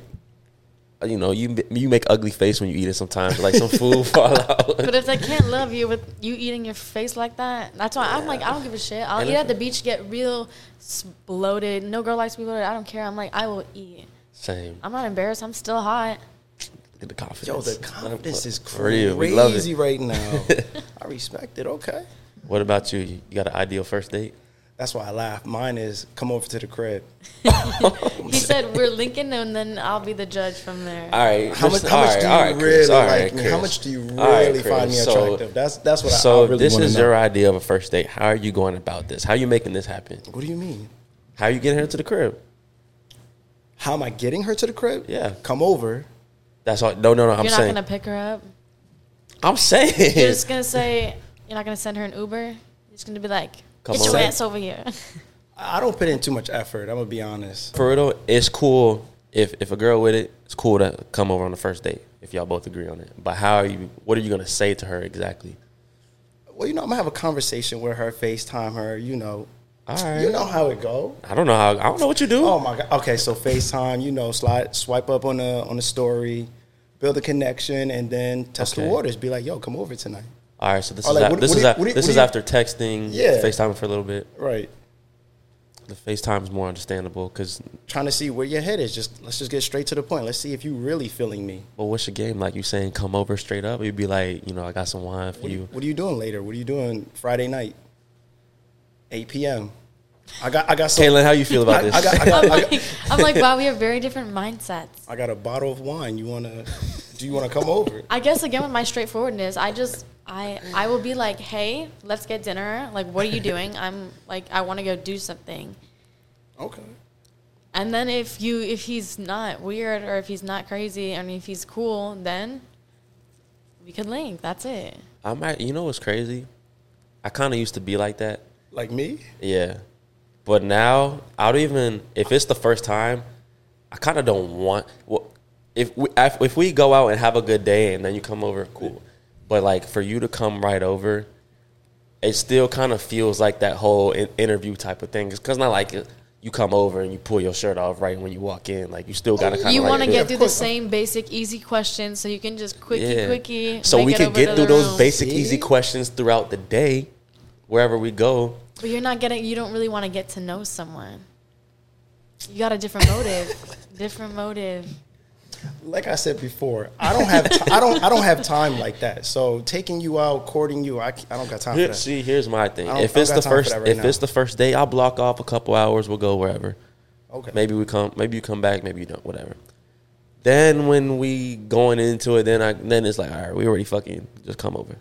S1: you know, you you make ugly face when you eat it sometimes. Like some
S3: [laughs]
S1: food fall out.
S3: But if they can't love you with you eating your face like that, that's why I'm like, I don't give a shit. I'll
S1: And
S3: eat
S1: if-
S3: at the beach, get real s- bloated. No girl likes to be bloated. I don't care. I'm like, I will eat.
S1: Same.
S3: I'm not embarrassed. I'm still hot.
S1: Get the confidence.
S2: Yo, the confidence is
S1: For real, we love
S2: crazy
S1: it.
S2: right [laughs] now. I respect it. Okay.
S1: What about you? You got an ideal first
S3: [laughs]
S1: date?
S2: That's why I laugh. Mine is come over to the crib.
S3: He said, We're linking, and then I'll be the judge from there.
S1: All right.
S2: How much,
S1: listen-
S2: how
S1: all
S2: much
S1: right,
S2: do you
S1: all right,
S2: really
S1: Chris, all
S2: like
S1: right,
S2: me?
S1: Chris.
S2: How much do you really
S1: All right,
S2: find me
S1: Chris, so-
S2: attractive? that's that's what I,
S1: So
S2: I really
S1: this
S2: want
S1: is
S2: to know.
S1: your idea of a first date. How are you going about this? How are you making this happen?
S2: What do you mean?
S1: How are you getting her to the crib?
S2: How am I getting her to the crib?
S1: Yeah.
S2: Come over.
S1: That's all. No, no, no. I'm
S3: You're not
S1: saying
S3: gonna pick her up.
S1: I'm saying.
S3: You're just gonna say you're not gonna send her an Uber. You're just gonna be like,
S1: Come
S3: get your
S1: on.
S3: ass over here.
S2: I don't put in too much effort. I'm gonna be
S1: [laughs]
S2: honest.
S1: For real, though, it's cool if if a girl with it, it's cool to come over on the first date if y'all both agree on it. But how are you? What are you gonna say to her exactly?
S2: Well, you know, I'm gonna have a conversation with her, Facetime her. You know,
S1: All right.
S2: you know how it go.
S1: I don't know how. I don't know what you do.
S2: Oh my god. Okay, so FaceTime, you know, slide swipe up on a on a story, build a connection, and then test
S1: Okay.
S2: the waters. Be like, yo, come over tonight.
S1: All right, so this
S2: Oh,
S1: is
S2: like,
S1: a-
S2: what-
S1: this
S2: what
S1: is
S2: do you-
S1: a-
S2: what do you-
S1: this
S2: what
S1: is
S2: do you-
S1: after texting,
S2: Yeah.
S1: FaceTime for a little bit.
S2: Right.
S1: The FaceTime is more understandable because.
S2: Trying to see where your head is. Just let's just get straight to the point. Let's see if you really feeling me.
S1: Well, what's your game like? You saying come over straight up? You'd be like, you know, I got some wine for
S2: What,
S1: you.
S2: what are you doing later? What are you doing Friday night? 8 p.m. I got I got some
S1: Caitlin, how you feel about
S2: I-
S1: this?
S2: I got-
S1: [laughs]
S2: I got-
S3: [laughs] I'm like, I'm like, wow, we have very different mindsets.
S2: I got a bottle of wine. You wanna do you wanna come over?
S1: [laughs]
S3: I guess again with my straightforwardness, I just I I will be like, hey, let's get dinner. Like, what are you doing? [laughs] I'm like, I want to go do something.
S2: Okay.
S3: And then if you if he's not weird or if he's not crazy and if he's cool, then we could link. That's it.
S1: I might. You know what's crazy? I kind of used to be like that.
S2: Like me?
S1: Yeah. But now, I don't even, if it's the first time, I kind of don't want, well, if we, if if we go out and have a good day and then you come over, cool. But like for you to come right over, it still kind of feels like that whole in- interview type of thing. It's cause not like you come over and you pull your shirt off right when you walk in. Like you still gotta kind of
S3: you
S1: like,
S3: want to
S2: Yeah,
S3: get
S2: of
S3: through
S2: course.
S3: the same basic easy questions so you can just quickie
S1: Yeah.
S3: quickie.
S1: So
S3: make
S1: we
S3: it
S1: can
S3: over
S1: get
S3: to
S1: through
S3: the
S1: those
S3: room.
S1: basic easy
S2: See?
S1: questions throughout the day, wherever we go.
S3: But you're not getting. You don't really want to get to know someone. You got a different motive. different motive.
S2: like I said before, I don't have t- I don't I don't have time like that. So taking you out, courting you, I, c- I don't got time for
S1: Here-
S2: that.
S1: see, here's my thing.
S2: I don't-
S1: If
S2: I don't
S1: it's
S2: got
S1: the
S2: time for
S1: first,
S2: that right
S1: if
S2: now.
S1: it's the first day, I'll block off a couple hours. We'll go wherever.
S2: Okay.
S1: Maybe we come. Maybe you come back. Maybe you don't. Whatever. Then when we going into it, then I then it's like, all right, we already fucking just come over.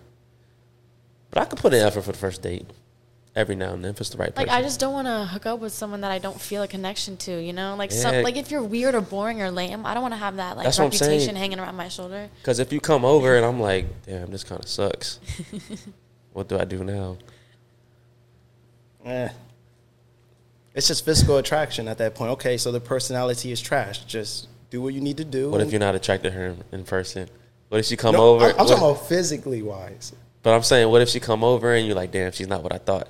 S1: But I could put in effort for the first date, every now and then if it's the right
S3: Like
S1: person.
S3: I just don't want to hook up with someone that I don't feel a connection to. You know, like
S1: Yeah.
S3: some, like if you're weird or boring or lame, I don't want to have that like
S1: That's what I'm saying.
S3: reputation hanging around
S2: [laughs]
S3: my shoulder. [laughs]
S1: Because if you come over and I'm like, damn, this kind of sucks. what do I do now?
S2: Eh. It's just physical attraction at that point. Okay, so the personality is trash. Just do what you need to do.
S1: What if
S2: and-
S1: you're not attracted to her in person? What if she come
S2: No,
S1: over?
S2: I'm, I'm
S1: what-
S2: talking about physically wise.
S1: but I'm saying, what if she come over and you're like, damn, she's not what I thought.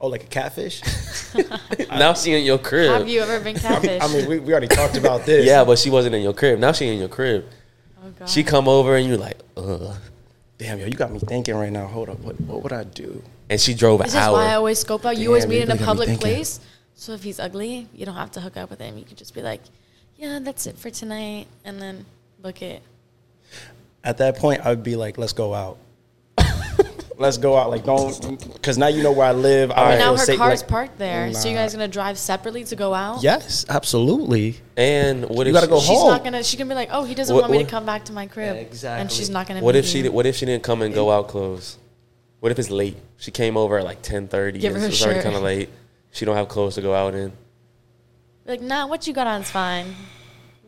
S2: Oh, like a
S1: [laughs]
S2: catfish?
S1: now she in your crib.
S3: Have you ever been catfish?
S2: I mean, we, we already talked about this.
S1: Yeah, but she wasn't in your crib. Now she in your crib.
S3: oh, God.
S1: She come over and you like, ugh.
S2: Damn, yo, you got me thinking right now. Hold up. What, what would I do?
S1: And she drove an
S3: This is why I
S1: hour.
S3: always scope out. You always
S2: Damn,
S3: meet
S2: you
S3: in a
S2: really got me
S3: public
S2: thinking.
S3: place, so if he's ugly, you don't have to hook up with him. You could just be like, "Yeah, that's it for tonight," and then book it.
S2: At that point, I'd be like, let's go out. [laughs] let's go out. Like, don't, because now you know where I live. I
S3: But
S2: don't
S3: now
S2: feel
S3: her
S2: safe,
S3: car's
S2: like- Oh,
S3: parked there, so you
S2: Nah.
S3: guys gonna drive separately to go out?
S2: Yes, absolutely.
S1: And what
S2: You
S1: if
S2: gotta go
S1: she,
S3: She's
S2: Oh.
S3: not gonna. She can be like, "Oh, he doesn't
S1: What-
S3: want me to
S1: what-
S3: come back to my crib," and
S2: Exactly.
S3: she's not gonna.
S1: What
S3: meet
S1: if she
S3: you.
S1: did, what if she didn't come and go out clothes? What if it's late? She came over at like ten thirty.
S3: Give her
S1: It's
S3: a
S1: it's already
S3: shirt.
S1: kind of late. She don't have clothes to go out in.
S3: Like, nah, what you got on's fine.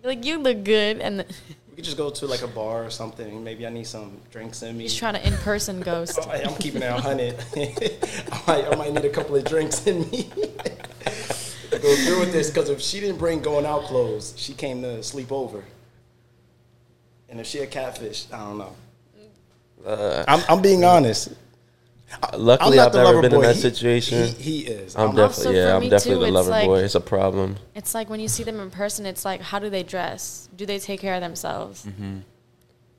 S3: Be Like, you look good, and the-
S2: We could just go to like a bar or something. Maybe I need some drinks in me.
S3: he's trying to in person ghost.
S2: Oh, hey, I'm keeping it 100. [laughs] I, might, I might need a couple of drinks in me. [laughs] go through with this because if she didn't bring going out clothes, she came to sleep over. And if she a catfish, I don't know. I'm, I'm being honest. I'm
S1: Luckily,
S2: not
S1: Uh, I've
S2: the
S1: never
S2: lover
S1: been in
S2: boy.
S1: that
S2: He-
S1: situation.
S2: He, he is.
S1: I'm
S2: not-
S1: definitely
S3: Also, for
S1: yeah.
S3: me
S1: I'm definitely
S3: too,
S1: the
S3: it's
S1: lover
S3: like-
S1: boy. It's a problem.
S3: It's like when you see them in person, it's like, how do they dress? Do they take care of themselves?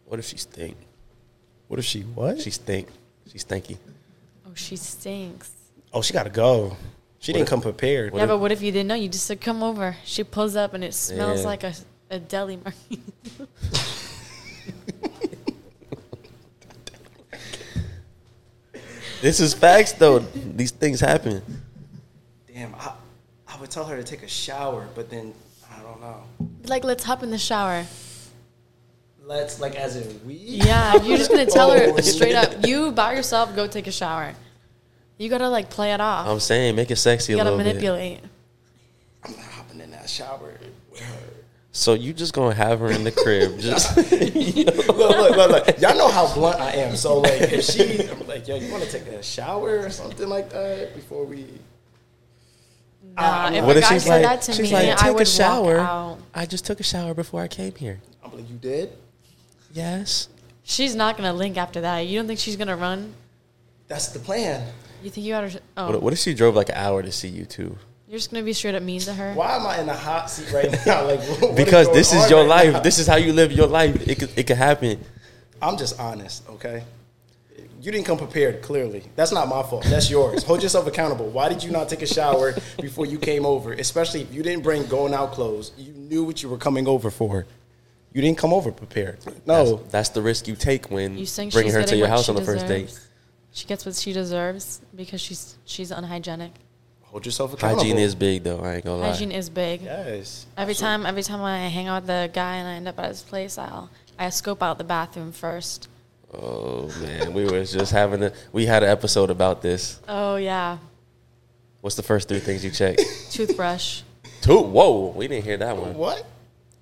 S1: What if she stink?
S2: What if she what?
S1: She stink. She stinky.
S3: Oh, she stinks.
S2: oh, she got to go. She
S1: What
S2: didn't
S1: if-
S2: come prepared.
S3: yeah, but what if you didn't know? You just said, "Come over." She pulls up, and it smells
S1: Yeah.
S3: like a a deli [laughs] market.
S1: This is facts though. These things happen.
S2: Damn, I, I would tell her to take a shower, but then I don't know.
S3: like, let's hop in the shower.
S2: Let's, like, as in we?
S3: Yeah, you're just gonna tell her
S2: [laughs] Oh,
S3: straight up, you by yourself, go take a shower. You gotta like play it off.
S1: I'm saying make it sexy
S3: Oh. you
S1: a
S3: gotta
S1: little bit.
S3: manipulate.
S2: I'm not hopping in that shower with her.
S1: So you just gonna have her in the [laughs]
S2: [laughs]
S1: crib? Just
S2: look,
S1: [laughs]
S2: look, look, look. Y'all know how blunt I am. So like, if she, I'm like, yo, you want to take a shower or something like that before we?
S3: Nah, if
S1: What
S3: a
S1: if
S3: guy
S1: she's
S3: said
S1: like-
S3: that to
S1: she's
S3: me,
S1: like, take
S3: I
S1: a
S3: would
S1: shower.
S3: walk out.
S1: I just took a shower before I came here.
S2: I'm like, you did.
S1: Yes.
S3: She's not gonna link after that. You don't think she's gonna run?
S2: That's the plan.
S3: You think you gotta? Oh,
S1: What, what if she drove like an hour to see you too?
S3: you're just gonna be straight up mean to her.
S2: Why am I in a hot seat right now? [laughs] Like, what is
S1: Because
S2: going
S1: this is
S2: on
S1: your
S2: right
S1: life.
S2: now?
S1: This is how you live your life. It could, it could happen.
S2: I'm just honest, okay? You didn't come prepared, clearly. That's not my fault. That's yours. Hold yourself accountable. Why did you not take a shower before you came over? Especially if you didn't bring going out clothes. You knew what you were coming over for. You didn't come over prepared. No.
S1: That's, that's the risk you take when
S3: You think
S1: bringing
S3: she's
S1: her to
S3: getting
S1: your
S3: what
S1: house
S3: she
S1: on the first date.
S3: deserves? She gets what she deserves because she's she's unhygienic.
S2: Hold yourself accountable.
S1: Hygiene is big though. I ain't gonna lie.
S3: Hygiene is big.
S2: Yes.
S3: Every time, every time I hang out with the guy and I end up at his place, I'll I scope out the bathroom first.
S1: Oh man, we was just having a we had an episode about this.
S3: Oh yeah,
S1: What's the first three things you [laughs] check?
S3: toothbrush,
S1: [laughs] Two. Whoa, we didn't hear that one.
S2: What?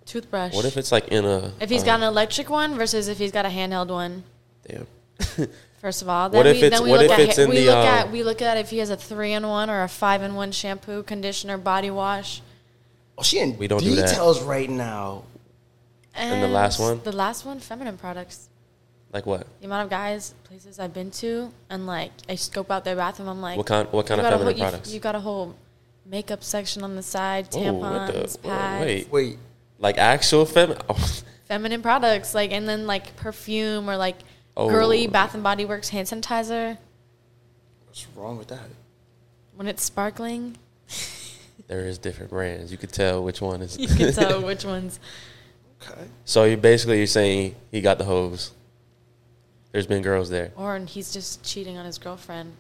S3: toothbrush.
S1: What if it's like in a?
S3: if he's
S1: uh,
S3: got an electric one versus if he's got a handheld one?
S1: Damn. [laughs]
S3: First of all, then
S1: What if
S3: we,
S1: it's-
S3: then we
S1: what
S3: look
S1: if
S3: at
S1: it's
S3: ha-
S1: in
S3: we
S1: the,
S3: look
S1: uh,
S3: at we look at if he has a three in one or a five in one shampoo, conditioner, body wash.
S2: Oh, she in
S1: We don't do that.
S2: details right now.
S3: And,
S1: the last one?
S3: The last one, feminine products.
S1: Like what?
S3: The amount of guys, places I've been to, and like I scope out their bathroom. I'm like,
S1: What kind? What kind
S3: you
S1: of
S3: got a
S1: feminine
S3: whole- you-
S1: products?
S3: You, got a whole makeup section on the side,
S1: Whoa, what the-
S3: tampons,
S1: whoa,
S3: pads,
S1: wait.
S2: Wait.
S1: Like actual [laughs] oh, feminine?
S3: feminine products, like and then like perfume or like
S1: Oh.
S3: girly Bath and Body Works hand sanitizer
S2: What's wrong with that?
S3: when it's sparkling.
S1: there is different brands. You could tell which one is. [laughs]
S3: You can tell which ones.
S2: Okay.
S1: so you basically you're saying he got the hose. There's been girls there.
S3: Or and he's just cheating on his girlfriend.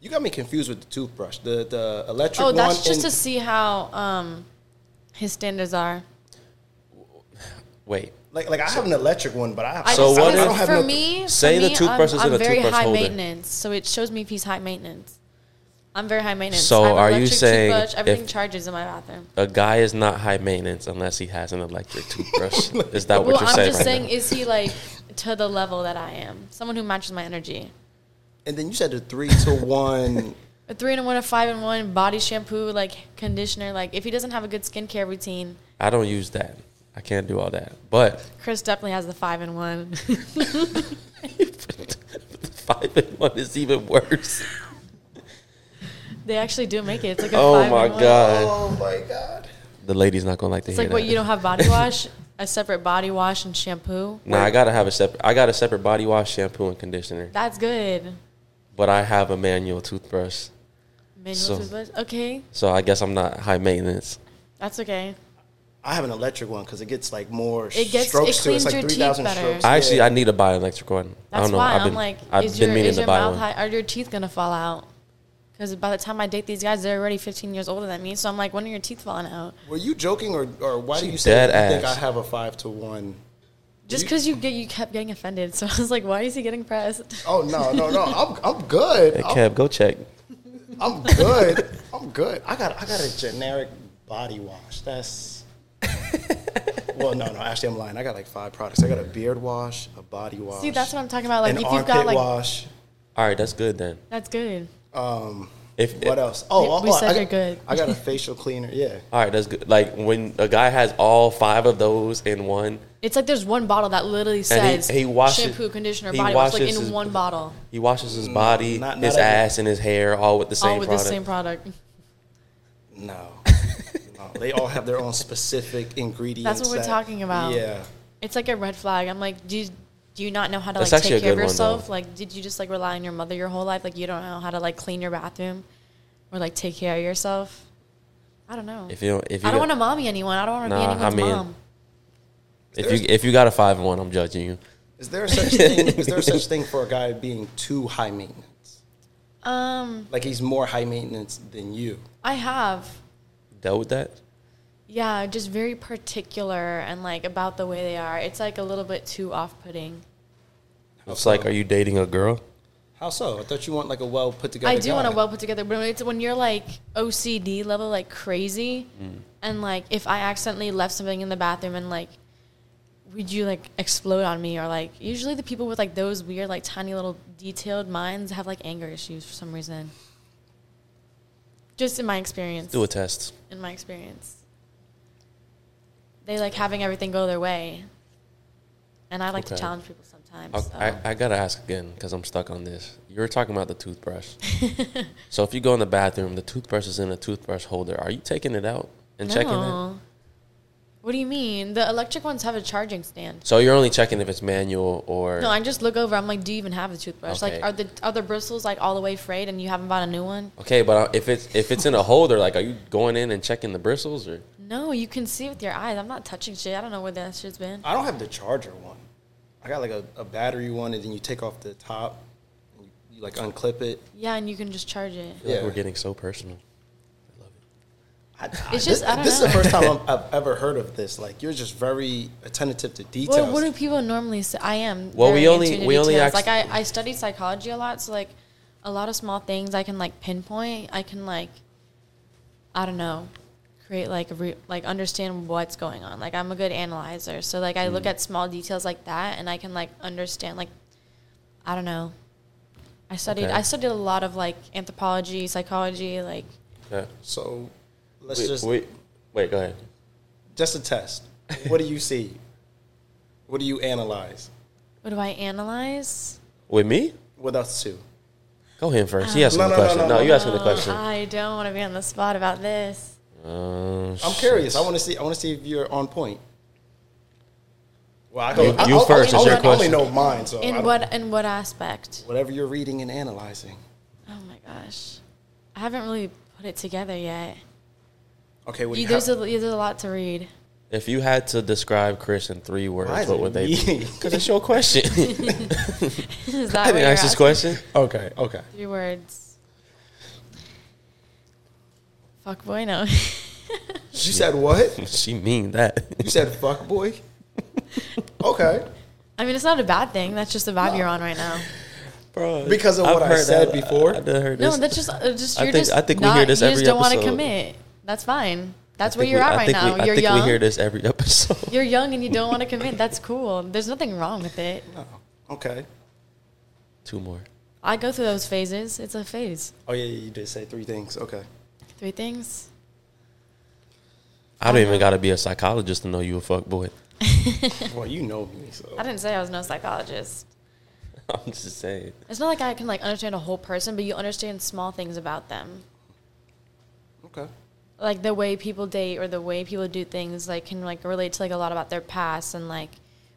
S2: You got me confused with the toothbrush. The the electric
S3: Oh,
S2: one.
S3: that's
S2: and-
S3: just to see how um, his standards are.
S1: Wait.
S2: like like I have an electric one, but I have
S3: I
S1: So
S3: just,
S1: what
S3: I
S1: if-
S3: just-
S1: I don't
S2: have
S3: for
S2: no-
S3: me,
S1: Say
S3: for
S1: the
S3: me,
S1: toothbrush
S3: I'm,
S1: is in
S3: I'm
S1: a
S3: very
S1: toothbrush
S3: high
S1: holder.
S3: maintenance, so it shows me if he's high maintenance. I'm very high maintenance.
S1: So
S3: I have an
S1: are you
S3: electric
S1: saying
S3: toothbrush,
S1: if-
S3: everything charges in my bathroom?
S1: A guy is not high maintenance unless he has an electric toothbrush.
S3: [laughs]
S1: is that what
S3: Well,
S1: you're
S3: I'm
S1: saying?
S3: just
S1: right
S3: saying,
S1: now?
S3: is he like to the level that I am? Someone who matches my energy.
S2: And then you said the three to one.
S3: A three and one, a five and one body shampoo, like conditioner. Like if he doesn't have a good skincare routine,
S1: I don't use that. I can't do all that. But [laughs]
S3: Chris definitely has the five and one. [laughs]
S1: five and one is even worse.
S3: they actually do make it. It's like a
S1: Oh
S3: five
S1: my
S3: and one.
S1: god.
S2: [laughs] oh my god.
S1: The lady's not gonna like to
S3: It's
S1: hear
S3: like what
S1: that.
S3: you don't
S1: [laughs]
S3: have body wash, a separate body wash and shampoo.
S1: Nah, I gotta have a separate. I got a separate body wash, shampoo, and conditioner.
S3: That's good.
S1: But I have a manual toothbrush,
S3: Manual
S1: So-
S3: toothbrush. Okay,
S1: so I guess I'm not high maintenance.
S3: that's okay.
S2: I have an electric one because it gets like more.
S3: It gets-
S2: strokes
S3: it
S2: to It's
S3: cleans
S2: like
S3: your
S2: three
S3: teeth
S2: thousand
S3: better.
S2: strokes.
S1: I actually
S2: Yeah.
S1: I need to buy an electric one. I
S3: That's
S1: don't know.
S3: why
S1: I've
S3: i
S1: been,
S3: am like,
S1: I've
S3: is
S1: been
S3: your,
S1: meaning
S3: is
S1: to
S3: your
S1: buy
S3: mouth
S1: one.
S3: high? Are your teeth gonna fall out? Because by the time I date these guys, they're already 15 years older than me. So I'm like, when are your teeth falling out?
S2: Were you joking or or why do
S1: She
S2: you say
S1: dead
S2: that you think I
S1: ass.
S2: have a five to one?
S3: Just
S2: You-
S3: because you get you kept getting offended, so [laughs] I was like, why is he getting pressed?
S2: Oh no no no! I'm I'm good.
S1: Hey,
S2: I'm,
S1: Kev, go check.
S2: I'm good. I'm good. I got I got a generic body wash. [laughs] That's. well, no, no. Actually, I'm lying. I got like five products. I got a beard wash, a body wash.
S3: [laughs] See, that's what I'm talking about. Like,
S2: an
S3: if you've
S2: armpit
S3: got like,
S2: wash.
S1: All right, that's good then.
S3: that's good.
S2: Um,
S1: If
S2: what else? Oh,
S3: We- we
S2: oh, oh,
S3: said
S2: I got,
S3: you're good.
S2: I
S3: [laughs]
S2: got a facial cleaner. Yeah.
S1: All right, that's good. Like when a guy has all five of those in one,
S3: It's like there's one bottle that literally
S1: he-
S3: says
S1: he washes-
S3: shampoo, conditioner,
S1: he
S3: body wash, like
S1: washes
S3: in
S1: his-
S3: one bottle,
S1: he washes his body,
S2: Mm, not- not
S1: his
S2: every-
S1: ass, and his hair all with the same
S3: all with
S1: product.
S3: the same product.
S1: [laughs]
S2: No. no. They all have their own specific ingredients.
S3: That's what we're talking about.
S2: Yeah.
S3: It's like a red flag. I'm like, do you, do you not know how to like
S1: That's actually a
S3: take care of
S1: good one,
S3: yourself?
S1: though.
S3: like, did you just like rely on your mother your whole life? Like, you don't know how to like clean your bathroom or like take care of yourself. I don't know.
S1: If you don't, if you
S3: I don't want
S1: got-
S3: to mommy anyone. I don't want to
S1: Nah, I
S3: be anyone's
S1: mean-
S3: mom.
S1: if you if you got a five and one, I'm judging you.
S2: Is there such thing? Is there such thing for a guy being too high maintenance?
S3: Um,
S2: Like he's more high maintenance than you.
S3: I have.
S1: Dealt with that.
S3: Yeah, just very particular and like about the way they are. It's like a little bit too off-putting.
S1: It's like, are you dating a girl?
S2: How so? I thought you want like a well put together.
S3: I do want
S2: guy.
S3: to well put together, but when it's when you're like OCD level, like crazy,
S1: Mm.
S3: and like if I accidentally left something in the bathroom and like, would you like explode on me or like? Usually the people with like those weird like tiny little detailed minds have like anger issues for some reason. Just in my experience,
S1: Do a test.
S3: in my experience, they like having everything go their way, and I like to
S1: Okay.
S3: challenge people sometimes.
S1: I-
S3: so.
S1: I, I gotta ask again because I'm stuck on this. You were talking about the
S3: [laughs]
S1: toothbrush. so if you go in the bathroom, the toothbrush is in a toothbrush holder. Are you taking it out and checking it?
S3: No. What do you mean? The electric ones have a charging stand.
S1: So you're only checking if it's manual or
S3: No, I just look over. I'm like, do you even have a toothbrush?
S1: Okay.
S3: Like, are the are the bristles like all the way frayed and you haven't bought a new one?
S1: okay. But uh, if it's if it's in a holder, like are you going in and checking the bristles or?
S3: No, you can see with your eyes. I'm not touching shit. I don't know where that shit's been.
S2: I don't have the charger one. I got like a, a battery one, and then you take off the top, and you, you like unclip it.
S3: Yeah, and you can just charge it.
S1: I feel like
S2: Yeah.
S1: we're getting so personal.
S2: I, it's
S3: just- I don't
S2: this
S3: know.
S2: is the first time I'm, I've ever heard of this. Like you're just very attentive to details.
S3: Well, what do people normally say? I am.
S1: Well, we
S3: very
S1: only-
S3: attuned to
S1: we only
S3: details.
S1: act-
S3: like I I studied psychology a lot, so like a lot of small things I can like pinpoint. I can like I don't know create like a re- like understand what's going on. Like I'm a good analyzer, so like I look
S1: Mm.
S3: at small details like that, and I can like understand like I don't know. I studied
S1: Okay.
S3: I studied a lot of like anthropology, psychology, like
S1: Okay.
S2: so let's
S1: Wait,
S2: just
S1: wait, wait, go ahead.
S2: just a test. What do you see? What do you analyze?
S3: what do I analyze?
S1: With me?
S2: With us two,
S1: Go ahead first.
S3: Uh,
S1: He asking
S2: No,
S1: the
S2: no, no,
S1: question. No,
S2: no, no,
S1: you asking the
S3: Oh,
S1: question.
S3: I don't want to be on the spot about this.
S1: Uh,
S2: I'm
S1: shit.
S2: curious. I want to see. I want to see if you're on point. Well, I
S1: You- you first,
S2: I,
S1: it's your
S2: I
S1: question.
S2: only know mine,
S1: Oh,
S2: so I
S3: In
S2: don't-
S3: what in what aspect?
S2: whatever you're reading and analyzing.
S3: Oh my gosh, I haven't really put it together yet.
S2: Okay, what do
S3: You,
S2: you
S3: there's a
S2: have-
S3: there's a lot to
S1: [laughs]
S3: read. [laughs]
S1: If you had to describe Chris in three words,
S2: Why is
S1: what
S2: it
S1: would they be?
S3: [laughs]
S2: me?
S1: Because it's your question. [laughs]
S3: Is that
S1: I
S3: what
S1: didn't
S3: you're
S1: ask this
S3: asking?
S1: question.
S2: [laughs] Okay, okay.
S3: Three words. Fuck boy, no.
S2: You said what?
S1: She mean that. [laughs]
S2: You said fuck
S3: [laughs]
S2: boy? Okay.
S3: [laughs] I mean, it's not a bad thing. That's just the vibe you're on right now.
S1: Bro,
S2: Because of what I
S1: heard
S2: said
S1: that.
S2: before?
S1: I, done heard
S3: No,
S1: this.
S3: that's just uh, just
S1: I
S3: you're
S1: think-
S3: just.
S1: I think we
S3: not,
S1: hear this
S3: you
S1: every
S3: just don't want to
S1: episode.
S3: commit. That's fine. That's
S1: I
S3: where
S1: think
S3: you're
S1: we-
S3: at
S1: I
S3: right
S1: think
S3: now.
S1: we- I
S3: you're
S1: think
S3: young.
S1: we hear this every [laughs] episode.
S3: You're young and you don't want to commit. That's cool. There's nothing wrong with it.
S2: Oh, okay.
S1: Two more.
S3: I go through those phases. It's a phase.
S2: Oh yeah, you did say three things. Okay.
S3: Three things.
S1: I don't even gotta be a psychologist to know you a fuck boy. [laughs]
S2: Well, you know me, so
S3: I didn't say I was no psychologist.
S1: I'm just saying.
S3: It's not like I can like understand a whole person, but you understand small things about them.
S2: okay.
S3: Like the way people date or the way people do things like can like relate to like a lot about their past and like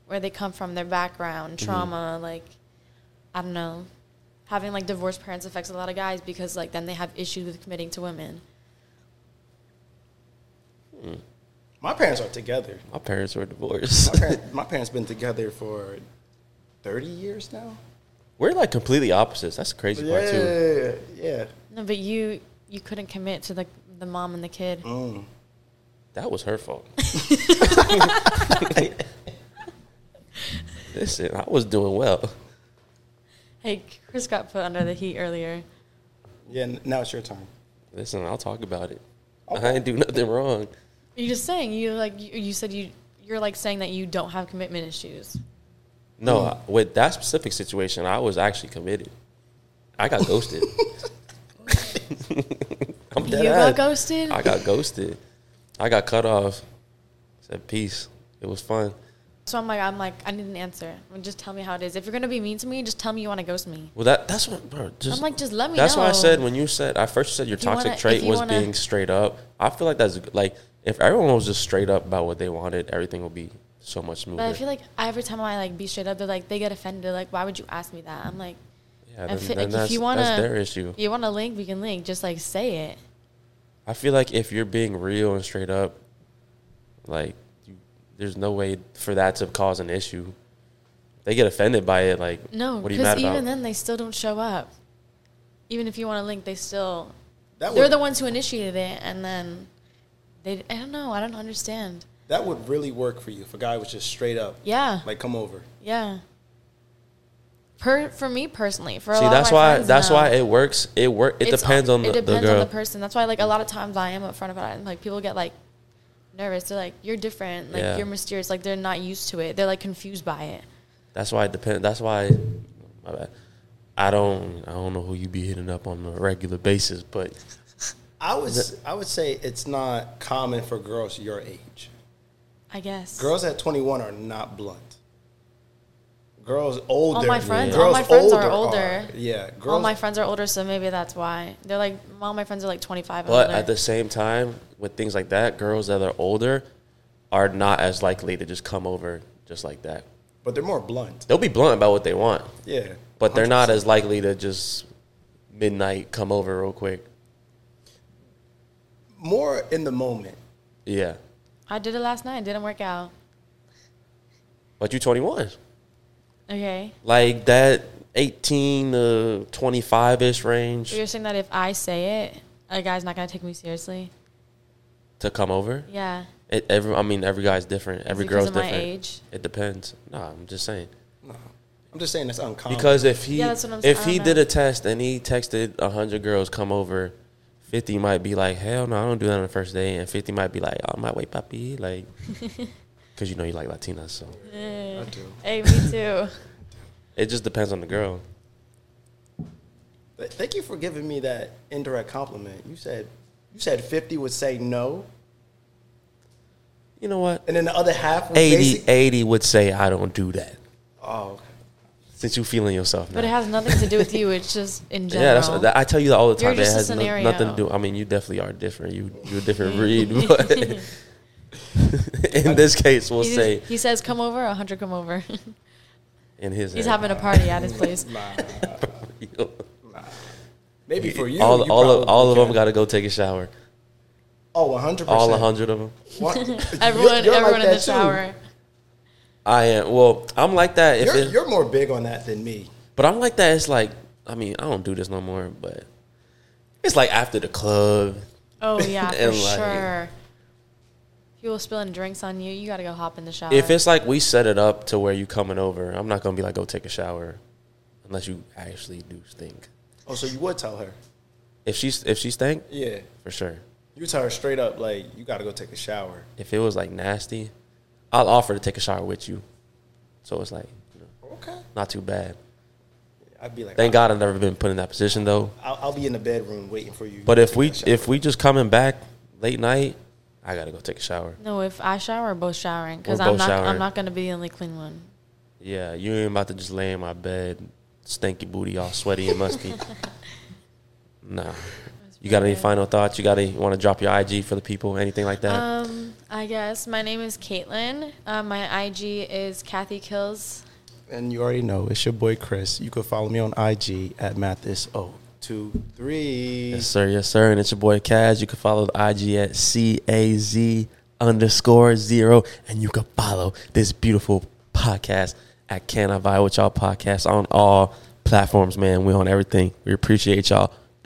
S3: where they come from, their background, trauma, like I don't know. Having like divorced parents affects a lot of guys because like then they have issues with committing to women.
S2: My parents are together.
S1: My parents were
S2: My
S1: divorced.
S2: parents, my parents been together for thirty years now.
S1: [laughs] we're like completely opposites. That's the crazy part too.
S2: Yeah, yeah.
S3: No, but you you couldn't commit to the the mom and the kid.
S2: Mm.
S1: That was her
S3: [laughs]
S1: fault. Listen, I was doing well.
S3: Hey, Chris got put under the heat earlier.
S2: Yeah. n- Now it's your turn.
S1: Listen, I'll talk about it. I
S2: Okay.
S1: didn't do nothing wrong.
S3: You're just saying you like you, you said you you're like saying that you don't have commitment issues.
S1: No,
S3: Mm.
S1: I- with that specific situation, I was actually committed. I got
S3: [laughs]
S1: ghosted. I'm
S3: You
S1: dead
S3: got
S1: ass.
S3: ghosted.
S1: I got ghosted. I got cut off. Said peace. It was fun.
S3: so I'm like I'm like I need an answer. Well, Just tell me how it is. If you're gonna be mean to me, just tell me you want to ghost me.
S1: Well, that that's what, bro. Just
S3: I'm like, just let me
S1: That's why I
S3: know.
S1: said when you said I first said your
S3: If you
S1: toxic
S3: wanna-
S1: trait
S3: if you
S1: was
S3: wanna-
S1: being straight up. I feel like that's like if everyone was just straight up about what they wanted, everything would be so much smoother.
S3: But I feel like every time I like be straight up, they're like they get offended. They're like, why would you ask me that? I'm like,
S1: yeah,
S3: I
S1: then,
S3: feel
S1: then
S3: like if
S1: that's,
S3: you
S1: that's
S3: wanna-
S1: their issue.
S3: you want to link? We can link. Just like say it.
S1: I feel like if you're being real and straight up, like you, there's no way for that to cause an issue. They get offended by it. Like,
S3: No,
S1: what are you mad
S3: because even
S1: about?
S3: then they still don't show up. Even if you want to link, they still
S2: [laughs] That
S3: they're
S2: would
S3: the ones who initiated it, and then they I don't know. I don't understand.
S2: that would really work for you if a guy was just straight up.
S3: Yeah.
S2: Like come over.
S3: Yeah. per for me personally. For a
S1: See,
S3: lot
S1: that's
S3: of my
S1: why
S3: friends,
S1: that's
S3: no.
S1: why it works. It work. It
S3: It's-
S1: depends on the,
S3: it depends
S1: the girl.
S3: on the person. That's why like a lot of times I am upfront about it, and like people get like nervous. They're like, "You're different. Like
S1: Yeah.
S3: you're mysterious. Like they're not used to it. They're like confused by it."
S1: That's why it depends. That's why my bad. I don't. I don't know who you be hitting up on a regular basis, but
S2: I would I would say it's not common for girls your age.
S3: I guess.
S2: Girls at 21 are not blunt. Girls older.
S3: my friends-
S2: girls
S3: all my friends are older.
S2: yeah, girls.
S3: all my friends are older, so maybe that's why they're like. All my friends are like 25. and
S1: but
S3: older.
S1: at the same time, with things like that, girls that are older are not as likely to just come over just like that.
S2: but they're more blunt.
S1: They'll be blunt about what they want,
S2: Yeah,
S1: but they're not as likely to just midnight come over real quick.
S2: more in the moment.
S1: Yeah,
S3: I did it last night. It didn't work out.
S1: but you twenty one.
S3: Okay.
S1: like that 18 to 25 ish range
S3: You're saying that if I say it, a guy's not gonna take me seriously.
S1: to come over.
S3: Yeah.
S1: It, every, I mean, every guy's different. Every
S3: because
S1: girl's
S3: of my
S1: different.
S3: age?
S1: It depends. Nah, I'm just saying.
S2: I'm just saying that's uncommon.
S1: Because if he
S3: Yeah, that's what I'm saying.
S1: if
S3: I
S1: he
S3: don't
S1: did
S3: know.
S1: a test and he texted 100 girls come over, 50 might be like, hell no, I don't do that on the first day. And 50 might be like, oh, my way, papi.
S3: [laughs]
S1: Like, because you know you like Latinas. So
S3: Eh.
S2: I do.
S3: Hey, me
S1: [laughs]
S3: too.
S1: it just depends on the girl.
S2: But thank you for giving me that indirect compliment. You said you said 50 would say no,
S1: You know what?
S2: and then the other half would
S1: 80,
S2: basic-
S1: 80 would say, I don't do that.
S2: Oh, okay.
S1: Since you feeling yourself now.
S3: But it has nothing to do
S1: [laughs]
S3: with you. It's just in general.
S1: Yeah, that's what that, I tell you that all the
S3: You're
S1: time. It
S3: just a
S1: has no-
S3: scenario.
S1: nothing to do. I mean, you definitely are different. You you're a
S3: [laughs]
S1: different breed. But [laughs] in this case, we'll
S3: he,
S1: say
S3: he says, "Come over, a hundred, come over." [laughs]
S1: in his.
S3: He's
S1: hand.
S3: having a party at his place.
S2: [laughs]
S1: [laughs]
S2: Nah. Maybe for you,
S1: all
S2: you
S1: all of
S2: probably
S1: all of them
S2: can.
S1: got to go take a shower.
S2: Oh, 100.
S1: All a hundred of them.
S3: [laughs] Everyone, everyone in the shower.
S1: I am. Well, I'm like that. If
S2: You're,
S1: it-
S2: you're more big on that than me.
S1: but I'm like that. It's like I mean, I don't do this no more. But it's like after the club.
S3: Oh
S1: [laughs]
S3: yeah, for
S1: And, like-
S3: sure. People spilling drinks on you. You gotta go hop in the shower.
S1: If it's like we set it up to where you coming over, I'm not gonna be like go take a shower, unless you actually do stink.
S2: Oh, so you would tell her?
S1: If she's if she stank,
S2: Yeah,
S1: for sure.
S2: you tell her straight up like you got to go take a shower.
S1: if it was like nasty, I'll offer to take a shower with you. So it's like you know,
S2: Okay,
S1: not too bad.
S2: I'd be like,
S1: Thank God I've never been put in that position though.
S2: I'll, I'll be in the bedroom waiting for you.
S1: But
S2: to
S1: if
S2: take
S1: we
S2: that shower.
S1: if we just coming back late night, I gotta go take a shower.
S3: no, if I shower, we're both showering because
S1: We're
S3: I'm
S1: both
S3: not.
S1: showering.
S3: I'm not gonna be the only clean one.
S1: Yeah, you ain't about to just lay in my bed, stinky booty, all sweaty and
S3: [laughs]
S1: musty. nah. [laughs] You got any
S3: pretty good.
S1: final thoughts? You got any? Want to drop your IG for the people? Anything like that?
S3: Um, I guess my name is Caitlin. Uh, my IG is Kathy Kills.
S2: and you already know it's your boy Chris. You can follow me on IG at mathis023.
S1: Yes, sir. Yes, sir. And it's your boy Kaz. You can follow the IG at C A Z underscore zero. And you can follow this beautiful podcast at Can I Vibe with Y'all podcast on all platforms, man. we on everything. We appreciate y'all.